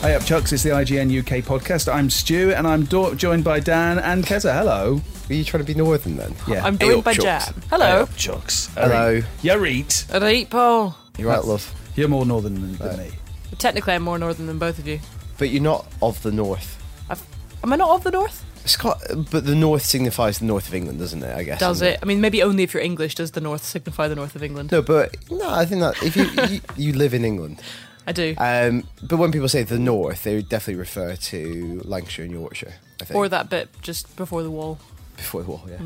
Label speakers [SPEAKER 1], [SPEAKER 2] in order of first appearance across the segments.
[SPEAKER 1] Hey up, Chucks. It's the IGN UK podcast. I'm Stu, and I'm do- joined by Dan and Keza. Hello.
[SPEAKER 2] Are you trying to be northern then?
[SPEAKER 1] Yeah.
[SPEAKER 3] I'm
[SPEAKER 2] Hey
[SPEAKER 3] joined
[SPEAKER 2] up,
[SPEAKER 3] by
[SPEAKER 2] Chucks.
[SPEAKER 3] Jam. Hello.
[SPEAKER 1] Chucks.
[SPEAKER 2] Hello.
[SPEAKER 1] You're eat.
[SPEAKER 3] Right, Paul.
[SPEAKER 2] You're out, love.
[SPEAKER 1] You're more northern than, than me.
[SPEAKER 3] Technically, I'm more northern than both of you.
[SPEAKER 2] But you're not of the north.
[SPEAKER 3] I've, am I not of the north?
[SPEAKER 2] Scott, but the north signifies the north of England, doesn't it? I guess.
[SPEAKER 3] Does
[SPEAKER 2] and-
[SPEAKER 3] it? I mean, maybe only if you're English does the north signify the north of England.
[SPEAKER 2] No, but no. I think that if you you, you live in England,
[SPEAKER 3] I do.
[SPEAKER 2] um, but when people say the north, they definitely refer to Lancashire and Yorkshire. I think.
[SPEAKER 3] or that bit just before the wall.
[SPEAKER 2] before the wall. Yeah.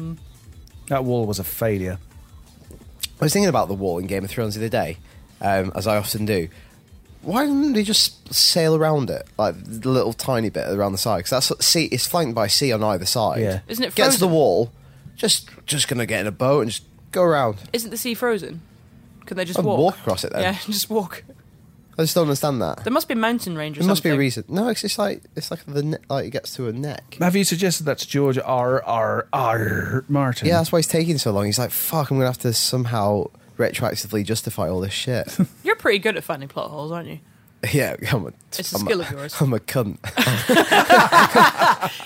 [SPEAKER 1] That wall was a failure.
[SPEAKER 2] I was thinking about the wall in Game of Thrones the other day, um, as I often do. Why didn't they just sail around it, like the little tiny bit around the side? Because that's sea. It's flanked by sea on either side.
[SPEAKER 1] Yeah.
[SPEAKER 3] Isn't it
[SPEAKER 2] Get to the
[SPEAKER 3] frozen?
[SPEAKER 2] wall. Just, just gonna get in a boat and just go around.
[SPEAKER 3] Isn't the sea frozen? Can they just
[SPEAKER 2] I'd
[SPEAKER 3] walk?
[SPEAKER 2] walk across it then.
[SPEAKER 3] Yeah, just walk.
[SPEAKER 2] I just don't understand that.
[SPEAKER 3] There must be a mountain range or
[SPEAKER 2] There must be
[SPEAKER 3] something.
[SPEAKER 2] a reason. No, it's just like it's like the ne- like it gets to a neck.
[SPEAKER 1] Have you suggested that's George R. R. R. Martin?
[SPEAKER 2] Yeah, that's why he's taking so long. He's like, fuck, I'm gonna have to somehow retroactively justify all this shit.
[SPEAKER 3] You're pretty good at finding plot holes, aren't you?
[SPEAKER 2] yeah, I'm a,
[SPEAKER 3] It's a
[SPEAKER 2] I'm
[SPEAKER 3] skill of yours.
[SPEAKER 2] I'm a cunt.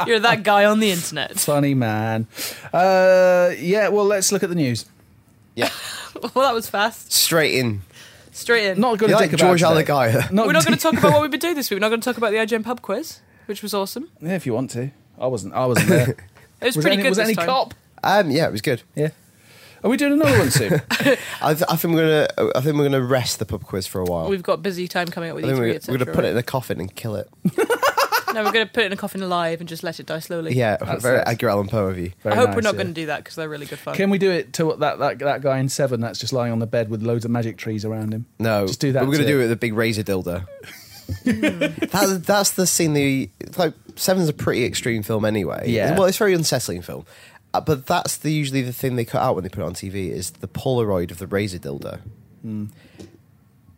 [SPEAKER 3] You're that guy on the internet.
[SPEAKER 1] Funny man. Uh, yeah. Well, let's look at the news.
[SPEAKER 2] yeah,
[SPEAKER 3] well, that was fast.
[SPEAKER 2] straight in.
[SPEAKER 3] Straight in.
[SPEAKER 1] Not going
[SPEAKER 2] You
[SPEAKER 1] to
[SPEAKER 2] like
[SPEAKER 1] dick
[SPEAKER 2] George
[SPEAKER 1] about today.
[SPEAKER 2] Alagaya?
[SPEAKER 3] We're not going to talk about what we've been doing this week. We're not going to talk about the IGN pub quiz, which was awesome.
[SPEAKER 1] Yeah, if you want to. I wasn't. I wasn't there.
[SPEAKER 3] It was,
[SPEAKER 1] Was
[SPEAKER 3] pretty
[SPEAKER 1] any-
[SPEAKER 3] good.
[SPEAKER 1] was
[SPEAKER 3] this
[SPEAKER 1] any
[SPEAKER 3] time.
[SPEAKER 1] cop?
[SPEAKER 2] Um, yeah, it was good.
[SPEAKER 1] yeah. Are we doing another one soon?
[SPEAKER 2] I, th- I think we're gonna. I think we're gonna rest the pub quiz for a while.
[SPEAKER 3] We've got busy time coming up with E
[SPEAKER 2] I
[SPEAKER 3] you
[SPEAKER 2] think
[SPEAKER 3] 3
[SPEAKER 2] we're,
[SPEAKER 3] etc.
[SPEAKER 2] we're gonna put it in a coffin and kill it.
[SPEAKER 3] No, we're going to put it in a coffin alive and just let it die slowly.
[SPEAKER 2] Yeah,
[SPEAKER 1] That's
[SPEAKER 2] very
[SPEAKER 1] nice.
[SPEAKER 2] Edgar Allan Poe of you.
[SPEAKER 3] I hope
[SPEAKER 1] going
[SPEAKER 3] we're not
[SPEAKER 1] to.
[SPEAKER 3] going to do that because they're really good fun.
[SPEAKER 1] Can we do it to that, that that guy in Seven that's just lying on the bed with loads of magic trees around him?
[SPEAKER 2] No,
[SPEAKER 1] just do that.
[SPEAKER 2] But we're gonna
[SPEAKER 1] to
[SPEAKER 2] do it with a big razor dildo. that, that's the scene. The like Seven's a pretty extreme film anyway.
[SPEAKER 1] Yeah.
[SPEAKER 2] Well, it's a very unsettling film, uh, but that's the usually the thing they cut out when they put it on TV is the Polaroid of the razor dildo.
[SPEAKER 1] Hmm.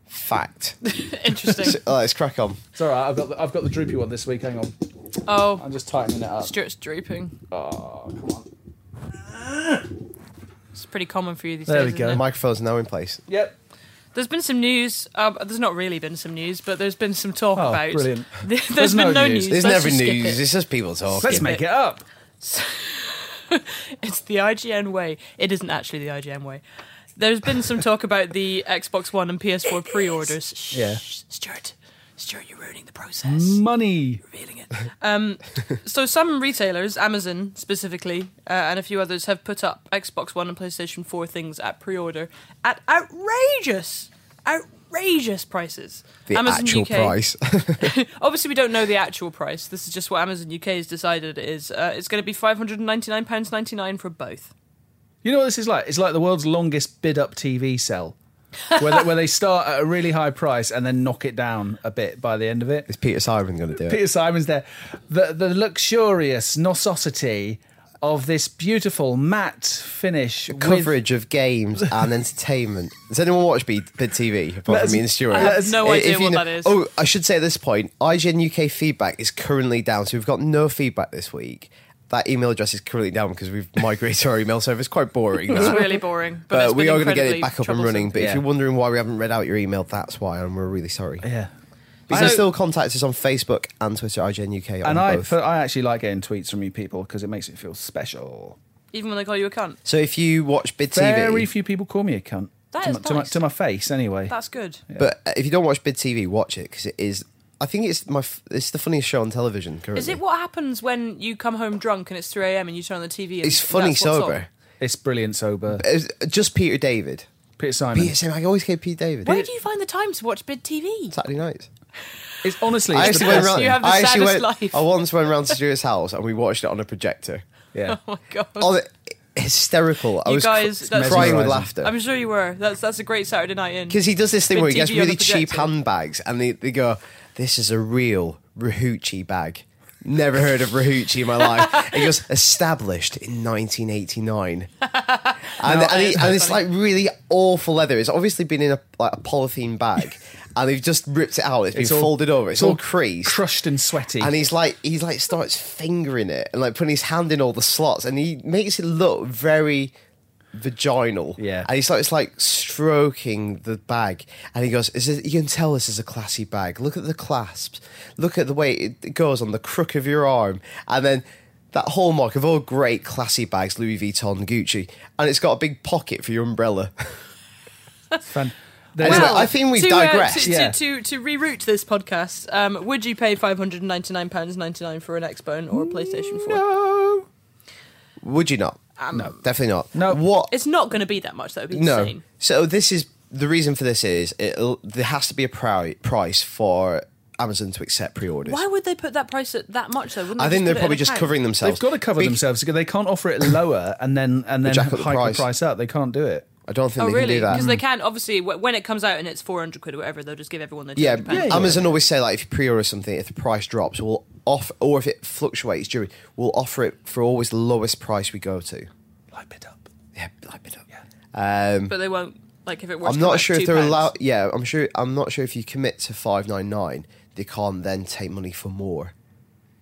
[SPEAKER 2] Fact.
[SPEAKER 3] Interesting.
[SPEAKER 2] Uh, let's crack on.
[SPEAKER 1] It's all right. I've got the, I've got the droopy one this week. Hang on,
[SPEAKER 3] oh,
[SPEAKER 1] I'm Ah, just tightening it up.
[SPEAKER 3] Stuart's drooping. Oh, come on. It's pretty common for you these
[SPEAKER 1] There
[SPEAKER 3] days.
[SPEAKER 1] we go.
[SPEAKER 3] isn't it?
[SPEAKER 2] The microphone's now in place.
[SPEAKER 1] Yep.
[SPEAKER 3] There's been some news. Um, there's not really been some news, but there's been some talk
[SPEAKER 1] Oh,
[SPEAKER 3] about.
[SPEAKER 1] brilliant.
[SPEAKER 3] There's,
[SPEAKER 1] There's
[SPEAKER 3] there's
[SPEAKER 1] no
[SPEAKER 3] been no
[SPEAKER 1] news.
[SPEAKER 3] news.
[SPEAKER 2] There's
[SPEAKER 3] Let's
[SPEAKER 2] never
[SPEAKER 3] just skip
[SPEAKER 2] news.
[SPEAKER 3] it.
[SPEAKER 2] It's just people talking.
[SPEAKER 1] Let's make it up.
[SPEAKER 3] It's the IGN way. It isn't actually the IGN way. There's been some talk about the Xbox One and PS4 pre-orders. Shh,
[SPEAKER 1] Yeah.
[SPEAKER 3] Stuart, Stuart, you're ruining the process.
[SPEAKER 1] Money.
[SPEAKER 3] Feeling it. Um, so some retailers, Amazon specifically, uh, and a few others, have put up Xbox One and PlayStation Four things at pre-order at outrageous, outrageous prices.
[SPEAKER 2] The
[SPEAKER 3] Amazon
[SPEAKER 2] actual
[SPEAKER 3] UK
[SPEAKER 2] price.
[SPEAKER 3] Obviously, we don't know the actual price. This is just what Amazon UK has decided it is. Uh, it's going to be five hundred and ninety-nine pounds ninety-nine for both.
[SPEAKER 1] You know what this is like? It's like the world's longest bid up TV sell, where they, where they start at a really high price and then knock it down a bit by the end of it.
[SPEAKER 2] Is Peter Siren going to do it?
[SPEAKER 1] Peter Simon's there. The the luxurious nososity of this beautiful matte finish with
[SPEAKER 2] Coverage of games and entertainment. Does anyone watch B- Bid TV? Apart
[SPEAKER 1] Let's-
[SPEAKER 2] from me and Stuart.
[SPEAKER 1] I have
[SPEAKER 3] no
[SPEAKER 2] I-
[SPEAKER 3] idea
[SPEAKER 2] if you
[SPEAKER 3] what
[SPEAKER 2] know-
[SPEAKER 3] that is.
[SPEAKER 2] Oh, I should say at this point, IGN UK feedback is currently down. So we've got no feedback this week. That email address is currently down because we've migrated our email server. It's quite boring.
[SPEAKER 3] It's
[SPEAKER 2] that.
[SPEAKER 3] really boring, but,
[SPEAKER 2] But
[SPEAKER 3] it's
[SPEAKER 2] we
[SPEAKER 3] been
[SPEAKER 2] are going to get
[SPEAKER 3] incredibly
[SPEAKER 2] it back up and
[SPEAKER 3] troublesome.
[SPEAKER 2] running. But
[SPEAKER 1] Yeah.
[SPEAKER 2] if you're wondering why we haven't read out your email, that's why, and we're really sorry.
[SPEAKER 1] yeah.
[SPEAKER 2] But you can
[SPEAKER 3] So-
[SPEAKER 2] still contact us on Facebook and Twitter, IGN UK. on
[SPEAKER 1] And I
[SPEAKER 2] both.
[SPEAKER 1] for, I actually like getting tweets from you people because it makes it feel special.
[SPEAKER 3] even when they call you a cunt,
[SPEAKER 2] so if you watch Bid TV,
[SPEAKER 1] Very few people call me a cunt.
[SPEAKER 3] That
[SPEAKER 1] to,
[SPEAKER 3] is
[SPEAKER 1] my, to, my,
[SPEAKER 3] nice.
[SPEAKER 1] to my face, anyway.
[SPEAKER 3] that's good.
[SPEAKER 2] But if you don't watch Bid TV, watch it because it is. I think it's my. f- It's the funniest show on television currently.
[SPEAKER 3] Is it what happens when you come home drunk and it's 3 a.m. and you turn on the TV? And
[SPEAKER 2] It's funny
[SPEAKER 3] that's what's
[SPEAKER 2] sober.
[SPEAKER 1] It's brilliant sober.
[SPEAKER 2] It's just Peter David.
[SPEAKER 1] Peter Simon.
[SPEAKER 2] Peter, Simon, I always get Peter David.
[SPEAKER 3] on? Where do you find the time to watch Bid TV?
[SPEAKER 2] Saturday nights.
[SPEAKER 1] It's honestly.
[SPEAKER 2] I
[SPEAKER 1] It's the
[SPEAKER 2] actually went
[SPEAKER 1] best.
[SPEAKER 2] round.
[SPEAKER 3] You have the
[SPEAKER 2] I actually
[SPEAKER 3] saddest
[SPEAKER 2] went-
[SPEAKER 3] life.
[SPEAKER 2] I once went round to Stuart's house and we watched it on a projector.
[SPEAKER 1] Yeah.
[SPEAKER 3] Oh my god!
[SPEAKER 2] On it, hysterical. I
[SPEAKER 3] You
[SPEAKER 2] was
[SPEAKER 3] guys,
[SPEAKER 2] cr-
[SPEAKER 3] that's-
[SPEAKER 2] crying with
[SPEAKER 1] Mesmerising.
[SPEAKER 2] laughter.
[SPEAKER 3] I'm sure you were. That's that's a great Saturday night in.
[SPEAKER 2] Because he does this thing where he gets
[SPEAKER 3] Big TV on
[SPEAKER 2] really
[SPEAKER 3] the
[SPEAKER 2] cheap
[SPEAKER 3] projector.
[SPEAKER 2] handbags, and they, they go, "This is a real Rahuchi bag." Never heard of Rahuchi in my life. And he goes, established in 1989, and, and, he-
[SPEAKER 3] is
[SPEAKER 2] and it's
[SPEAKER 3] funny.
[SPEAKER 2] like really awful leather. It's obviously been in a like a polythene bag, and they've just ripped it out. it's been folded over. It's, all creased.
[SPEAKER 1] crushed and sweaty.
[SPEAKER 2] and he's like, he's like starts fingering it and like putting his hand in all the slots, and he makes it look very vaginal.
[SPEAKER 1] Yeah.
[SPEAKER 2] and he starts like stroking the bag, and he goes, "Is it? You can tell this is a classy bag. Look at the clasps. Look at the way it goes on the crook of your arm, and then." That hallmark of all great classy bags, Louis Vuitton, Gucci, and it's got a big pocket for your umbrella.
[SPEAKER 1] Fan-
[SPEAKER 2] Anyway,
[SPEAKER 1] There's-
[SPEAKER 2] I think we
[SPEAKER 3] to, uh,
[SPEAKER 2] digress.
[SPEAKER 3] to,
[SPEAKER 1] Yeah.
[SPEAKER 3] to, to, to reroute this podcast, um, would you pay five hundred ninety nine pounds ninety nine for an Xbone or a PlayStation Four?
[SPEAKER 2] Would you not? no, definitely not.
[SPEAKER 1] No.
[SPEAKER 2] What
[SPEAKER 3] It's not going to be that much. That would be
[SPEAKER 2] No.
[SPEAKER 3] insane.
[SPEAKER 2] So this is the reason for this is it'll, there has to be a pri- price for Amazon to accept pre-orders.
[SPEAKER 3] Why would they put that price at that much though? Wouldn't
[SPEAKER 2] I
[SPEAKER 3] they
[SPEAKER 2] think they're
[SPEAKER 3] put it in
[SPEAKER 2] probably
[SPEAKER 3] a
[SPEAKER 2] just
[SPEAKER 3] pound?
[SPEAKER 2] covering themselves.
[SPEAKER 1] They've got to cover
[SPEAKER 2] Bec-
[SPEAKER 1] themselves because they can't offer it lower and then and then
[SPEAKER 2] jack
[SPEAKER 1] hype
[SPEAKER 2] up the price.
[SPEAKER 1] the price up. They can't do it.
[SPEAKER 2] I don't think
[SPEAKER 3] Oh
[SPEAKER 2] they can
[SPEAKER 3] really? Because
[SPEAKER 2] do
[SPEAKER 3] they
[SPEAKER 2] that.
[SPEAKER 3] can obviously wh- when it comes out and it's four hundred quid or whatever, they'll just give everyone their
[SPEAKER 2] Yeah,
[SPEAKER 3] £200 pound.
[SPEAKER 2] Amazon always say like if you pre-order something, if the price drops, we'll off or if it fluctuates during, we'll offer it for always the lowest price we go to.
[SPEAKER 1] Hype it up.
[SPEAKER 2] Yeah, like it up.
[SPEAKER 3] but they won't. Like if it works,
[SPEAKER 2] Um, I'm not sure if they're allowed. Yeah, I'm sure. I'm not sure if you commit to five nine nine, they can't then take money for more.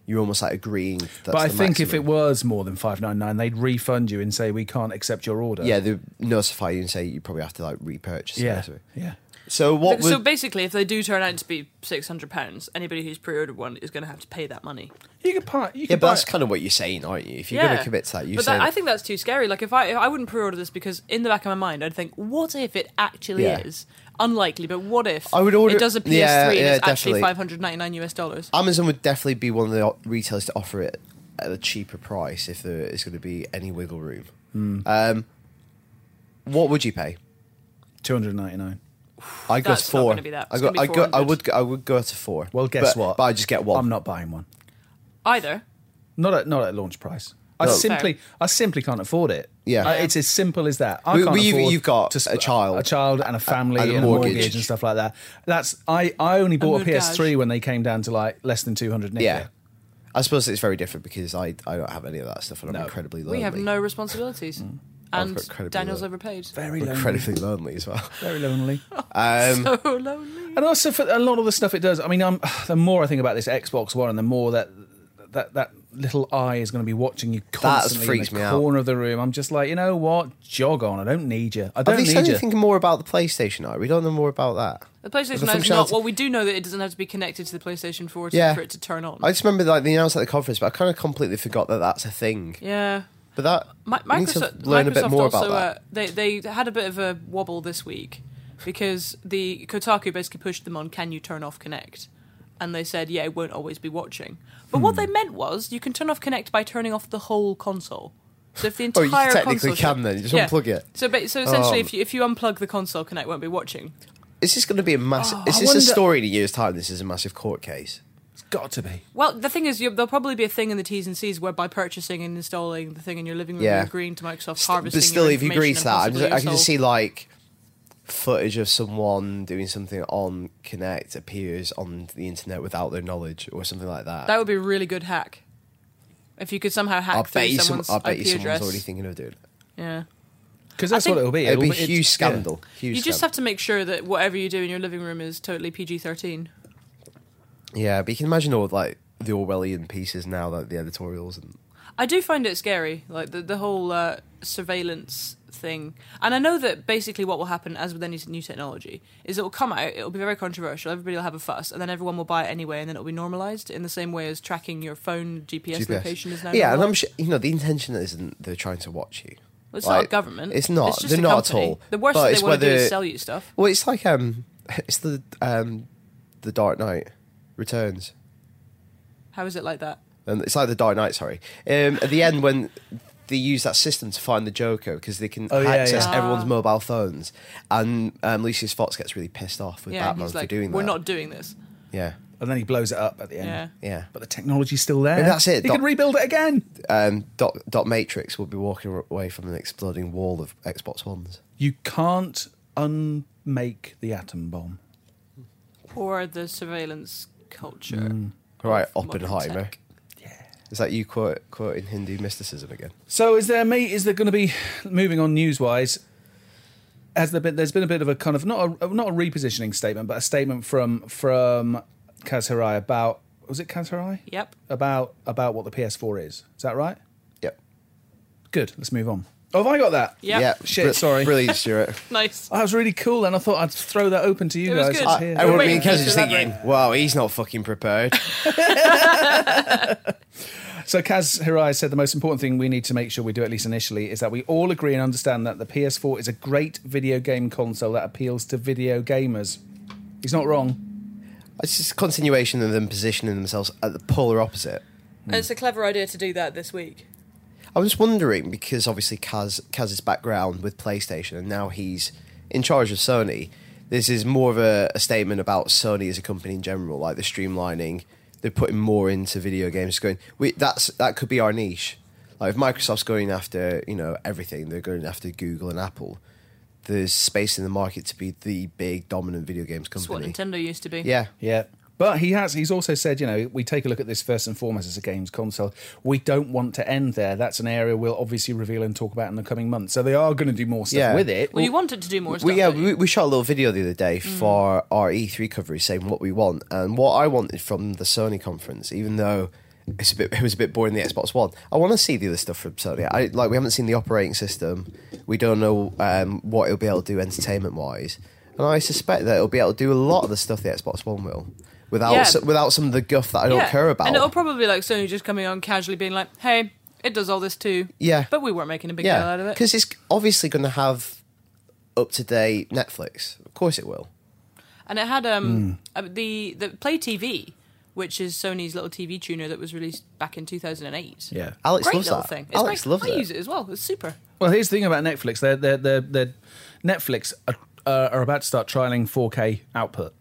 [SPEAKER 2] You're almost like agreeing. That's
[SPEAKER 1] But I
[SPEAKER 2] the
[SPEAKER 1] think if
[SPEAKER 2] maximum.
[SPEAKER 1] it was more than five nine nine, they'd refund you and say we can't accept your order.
[SPEAKER 2] Yeah, they notify you and say you probably have to like repurchase. it or
[SPEAKER 1] yeah,
[SPEAKER 2] something.
[SPEAKER 1] yeah.
[SPEAKER 2] So what
[SPEAKER 3] So
[SPEAKER 2] would
[SPEAKER 3] basically, if they do turn out to be six hundred pounds, anybody who's pre-ordered one is going to have to pay that money.
[SPEAKER 1] You could part. You
[SPEAKER 2] yeah,
[SPEAKER 1] could
[SPEAKER 2] but that's
[SPEAKER 1] buy-
[SPEAKER 2] kind of what you're saying, aren't you? If you're going to commit to that, you
[SPEAKER 3] but
[SPEAKER 2] say
[SPEAKER 3] that, I think that's too scary. Like if I if I wouldn't pre-order this because in the back of my mind I'd think, what if it actually
[SPEAKER 2] Yeah.
[SPEAKER 3] is unlikely? But what if
[SPEAKER 2] I would order-
[SPEAKER 3] it does a PS3
[SPEAKER 2] yeah,
[SPEAKER 3] and
[SPEAKER 2] yeah,
[SPEAKER 3] it's actually
[SPEAKER 2] definitely.
[SPEAKER 3] five hundred ninety nine US dollars?
[SPEAKER 2] Amazon would definitely be one of the o- retailers to offer it at a cheaper price if there is going to be any wiggle room.
[SPEAKER 1] Mm.
[SPEAKER 2] Um, what would you pay?
[SPEAKER 1] two hundred ninety nine.
[SPEAKER 2] I go
[SPEAKER 3] That's
[SPEAKER 2] to
[SPEAKER 3] not
[SPEAKER 2] four.
[SPEAKER 3] gonna be that.
[SPEAKER 2] I
[SPEAKER 3] It's
[SPEAKER 2] go.
[SPEAKER 3] gonna be
[SPEAKER 2] I go. I
[SPEAKER 3] 400.
[SPEAKER 2] would. go- I would go to four.
[SPEAKER 1] Well, guess
[SPEAKER 2] But-
[SPEAKER 1] what?
[SPEAKER 2] But I just get one.
[SPEAKER 1] I'm not buying one.
[SPEAKER 3] Either
[SPEAKER 1] Not at not at launch price. I
[SPEAKER 2] No.
[SPEAKER 1] simply I simply can't afford it.
[SPEAKER 2] Yeah.
[SPEAKER 1] I- it's as simple as that. I
[SPEAKER 2] We-
[SPEAKER 1] can't
[SPEAKER 2] we- you've-
[SPEAKER 1] afford
[SPEAKER 2] you've got
[SPEAKER 1] to sp-
[SPEAKER 2] a child.
[SPEAKER 1] a child, and a family,
[SPEAKER 2] and
[SPEAKER 1] and
[SPEAKER 2] a
[SPEAKER 1] a, mortgage.
[SPEAKER 2] mortgage.
[SPEAKER 1] and stuff like that. That's I. I only bought a
[SPEAKER 3] mortgage.
[SPEAKER 1] PS3 when they came down to like less than two hundred.
[SPEAKER 2] Yeah. I suppose it's very different because I, I don't have any of that stuff and I'm incredibly lonely. Mm.
[SPEAKER 3] we have no responsibilities,
[SPEAKER 2] got incredibly
[SPEAKER 3] and Daniel's
[SPEAKER 2] low.
[SPEAKER 3] overpaid.
[SPEAKER 1] very
[SPEAKER 2] I'm
[SPEAKER 1] lonely.
[SPEAKER 2] incredibly lonely as well. Um,
[SPEAKER 1] Very lonely.
[SPEAKER 3] so lonely.
[SPEAKER 1] And also for a lot of the stuff it does. I mean, i the more I think about this Xbox One, and the more that that that little eye is going to be watching you constantly
[SPEAKER 2] freaks
[SPEAKER 1] in
[SPEAKER 2] me
[SPEAKER 1] the
[SPEAKER 2] out.
[SPEAKER 1] corner of the room. I'm just like, you know what? Jog on. I don't need you. I
[SPEAKER 2] Have
[SPEAKER 1] don't
[SPEAKER 2] they
[SPEAKER 1] need
[SPEAKER 2] said
[SPEAKER 1] you.
[SPEAKER 2] anything more about the PlayStation? Are we don't know more about that.
[SPEAKER 3] The PlayStation
[SPEAKER 2] The
[SPEAKER 3] Now is not.
[SPEAKER 2] functionality-
[SPEAKER 3] Well, we do know that it doesn't have to be connected to the PlayStation 4 to,
[SPEAKER 2] Yeah.
[SPEAKER 3] for it to turn on.
[SPEAKER 2] I just remember like they announced at the conference, but I kind of completely forgot that that's a thing.
[SPEAKER 3] yeah.
[SPEAKER 2] But that
[SPEAKER 3] Mi-
[SPEAKER 2] we need
[SPEAKER 3] Microsoft,
[SPEAKER 2] to learn
[SPEAKER 3] Microsoft
[SPEAKER 2] a bit more
[SPEAKER 3] also,
[SPEAKER 2] about that.
[SPEAKER 3] Uh, they they had a bit of a wobble this week because the Kotaku basically pushed them on can you turn off Connect, and they said yeah it won't always be watching. But
[SPEAKER 2] Hmm.
[SPEAKER 3] what they meant was you can turn off Connect by turning off the whole console. So if the
[SPEAKER 2] Oh,
[SPEAKER 3] entire
[SPEAKER 2] you technically
[SPEAKER 3] console
[SPEAKER 2] can then, you just unplug it.
[SPEAKER 3] So ba- so essentially,
[SPEAKER 2] Um,
[SPEAKER 3] if you if you unplug the console, Connect won't be watching.
[SPEAKER 2] Is this going to be a massive?
[SPEAKER 3] Oh,
[SPEAKER 2] is
[SPEAKER 1] I
[SPEAKER 2] this a
[SPEAKER 1] wonder-
[SPEAKER 2] story in a year's time? This is a massive court case.
[SPEAKER 1] It's got to be.
[SPEAKER 3] Well, the thing is, you, there'll probably be a thing in the T's and C's where by purchasing and installing the thing in your living room,
[SPEAKER 2] Yeah.
[SPEAKER 3] you're agreeing to Microsoft
[SPEAKER 2] St-
[SPEAKER 3] harvesting.
[SPEAKER 2] but still,
[SPEAKER 3] your
[SPEAKER 2] if you agree to
[SPEAKER 3] information
[SPEAKER 2] that,
[SPEAKER 3] and
[SPEAKER 2] I'm just, I
[SPEAKER 3] possibly
[SPEAKER 2] can
[SPEAKER 3] your
[SPEAKER 2] just
[SPEAKER 3] soul.
[SPEAKER 2] see like footage of someone doing something on Connect appears on the internet without their knowledge or something like that.
[SPEAKER 3] That would be a really good hack. If you could somehow hack
[SPEAKER 2] I
[SPEAKER 3] through
[SPEAKER 2] bet you, some,
[SPEAKER 3] someone's
[SPEAKER 2] I bet
[SPEAKER 3] IP
[SPEAKER 2] you someone's
[SPEAKER 3] address.
[SPEAKER 2] already thinking of doing it.
[SPEAKER 3] yeah.
[SPEAKER 1] Because that's
[SPEAKER 3] think-
[SPEAKER 1] what it'll be.
[SPEAKER 2] It'd be a
[SPEAKER 1] it's-
[SPEAKER 2] huge
[SPEAKER 1] yeah.
[SPEAKER 2] scandal. Huge.
[SPEAKER 3] You just
[SPEAKER 2] scandal.
[SPEAKER 3] have to make sure that whatever you do in your living room is totally PG thirteen.
[SPEAKER 2] Yeah, but you can imagine all like the Orwellian pieces now, like the editorials and
[SPEAKER 3] I do find it scary, like the the whole uh, surveillance thing. And I know that basically what will happen, as with any new technology, is it will come out, it will be very controversial, everybody will have a fuss, and then everyone will buy it anyway, and then it'll be normalised in the same way as tracking your phone GPS,
[SPEAKER 2] GPS.
[SPEAKER 3] location is now.
[SPEAKER 2] yeah, and I'm
[SPEAKER 3] normalised.
[SPEAKER 2] sure you know the intention isn't they're trying to watch you.
[SPEAKER 3] Well, it's not a government.
[SPEAKER 2] It's not.
[SPEAKER 3] It's just
[SPEAKER 2] they're
[SPEAKER 3] a
[SPEAKER 2] not
[SPEAKER 3] company.
[SPEAKER 2] at all.
[SPEAKER 3] The worst
[SPEAKER 2] But
[SPEAKER 3] that they
[SPEAKER 2] it's
[SPEAKER 3] wanna do is
[SPEAKER 2] whether-
[SPEAKER 3] sell you stuff.
[SPEAKER 2] Well, it's like um, it's the um, the Dark Knight Returns,
[SPEAKER 3] How is it like that?
[SPEAKER 2] and it's like the Dark Knight. Sorry, um, at the end when. They use that system to find the Joker because they can
[SPEAKER 1] Oh, yeah,
[SPEAKER 2] access
[SPEAKER 1] yeah.
[SPEAKER 2] everyone's mobile phones, and um, Lucius Fox gets really pissed off with
[SPEAKER 3] Yeah,
[SPEAKER 2] Batman
[SPEAKER 3] he's like,
[SPEAKER 2] for doing
[SPEAKER 3] we're
[SPEAKER 2] that.
[SPEAKER 3] not doing this.
[SPEAKER 2] Yeah,
[SPEAKER 1] and then he blows it up at the end.
[SPEAKER 3] Yeah.
[SPEAKER 2] Yeah.
[SPEAKER 1] But the technology's still there.
[SPEAKER 2] Maybe that's it.
[SPEAKER 1] He
[SPEAKER 2] Doc-
[SPEAKER 1] could rebuild it again.
[SPEAKER 2] Um, dot, dot Matrix will be walking away from an exploding wall of Xbox Ones.
[SPEAKER 1] You can't unmake the atom bomb.
[SPEAKER 3] Or the surveillance culture.
[SPEAKER 2] Mm. Right,
[SPEAKER 3] of modern
[SPEAKER 2] Oppenheimer.
[SPEAKER 3] tech.
[SPEAKER 2] Is that you quote, quoting Hindu mysticism again?
[SPEAKER 1] So is there mate? Is there going to be moving on news wise? Has there been? There's been a bit of a kind of not a not a repositioning statement, but a statement from from Kaz Hirai about was it Kaz Hirai?
[SPEAKER 3] Yep.
[SPEAKER 1] About about what the PS4 is. Is that right?
[SPEAKER 2] Yep.
[SPEAKER 1] Good. Let's move on. Oh, have I got that?
[SPEAKER 3] Yep.
[SPEAKER 1] Shit,
[SPEAKER 2] Bri-
[SPEAKER 1] sorry.
[SPEAKER 2] Brilliant, Stuart.
[SPEAKER 3] Nice.
[SPEAKER 2] Mm.
[SPEAKER 1] That was really cool, and I thought I'd throw that open to you
[SPEAKER 3] It was
[SPEAKER 1] guys.
[SPEAKER 3] good.
[SPEAKER 1] It's
[SPEAKER 3] I-
[SPEAKER 1] here.
[SPEAKER 3] I
[SPEAKER 2] Everyone
[SPEAKER 3] Wait,
[SPEAKER 2] being Kaz
[SPEAKER 3] you
[SPEAKER 2] is
[SPEAKER 3] said that
[SPEAKER 2] thinking, wow, he's not fucking prepared.
[SPEAKER 1] So Kaz Hirai said the most important thing we need to make sure we do at least initially is that we all agree and understand that the PS4 is a great video game console that appeals to video gamers. He's not wrong.
[SPEAKER 2] It's just a continuation of them positioning themselves at the polar opposite.
[SPEAKER 3] And it's a clever idea to do that this week.
[SPEAKER 2] I was wondering because obviously Kaz Kaz's background with PlayStation and now he's in charge of Sony. This is more of a, a statement about Sony as a company in general, like the streamlining. They're putting more into video games. Going, we, that's that could be our niche. Like if Microsoft's going after you know everything, they're going after Google and Apple. There's space in the market to be the big dominant video games
[SPEAKER 3] It's what
[SPEAKER 2] company.
[SPEAKER 3] Nintendo used to be.
[SPEAKER 2] Yeah,
[SPEAKER 1] Yeah. But he has he's also said, you know, we take a look at this first and foremost as a games console. We don't want to end there. That's an area we'll obviously reveal and talk about in the coming months. So they are going to do more stuff
[SPEAKER 2] Yeah.
[SPEAKER 1] with it.
[SPEAKER 3] Well, you wanted to do more stuff.
[SPEAKER 2] we, yeah,
[SPEAKER 3] don't you?
[SPEAKER 2] we, we shot a little video the other day
[SPEAKER 3] Mm.
[SPEAKER 2] for our E3 coverage saying what we want and what I wanted from the Sony conference, even though it's a bit, it was a bit boring the Xbox One. I want to see the other stuff from Sony. I like we haven't seen the operating system. We don't know um, what it'll be able to do entertainment wise, and I suspect that it'll be able to do a lot of the stuff the Xbox One will without
[SPEAKER 3] Yeah.
[SPEAKER 2] so- without some of the guff that I don't
[SPEAKER 3] Yeah.
[SPEAKER 2] care about.
[SPEAKER 3] And it'll probably be like Sony just coming on casually being like, hey, it does all this too.
[SPEAKER 2] Yeah.
[SPEAKER 3] But we weren't making a big deal out of
[SPEAKER 2] yeah,
[SPEAKER 3] it.
[SPEAKER 2] because it's obviously going to have up to date Netflix. Of course, it will.
[SPEAKER 3] And it had
[SPEAKER 2] Mm.
[SPEAKER 3] um uh, the the Play TV, which is Sony's little TV tuner that was released back in 2008.
[SPEAKER 1] Yeah.
[SPEAKER 2] Alex
[SPEAKER 3] Great
[SPEAKER 2] loves
[SPEAKER 3] little
[SPEAKER 2] that.
[SPEAKER 3] thing. It's
[SPEAKER 2] Alex
[SPEAKER 3] nice.
[SPEAKER 2] loves
[SPEAKER 3] I
[SPEAKER 2] it.
[SPEAKER 3] use it as well. It's super.
[SPEAKER 1] Well, here's the thing about Netflix. They're, they're, they're, they're, Netflix are, uh, are about to start trialing 4K output.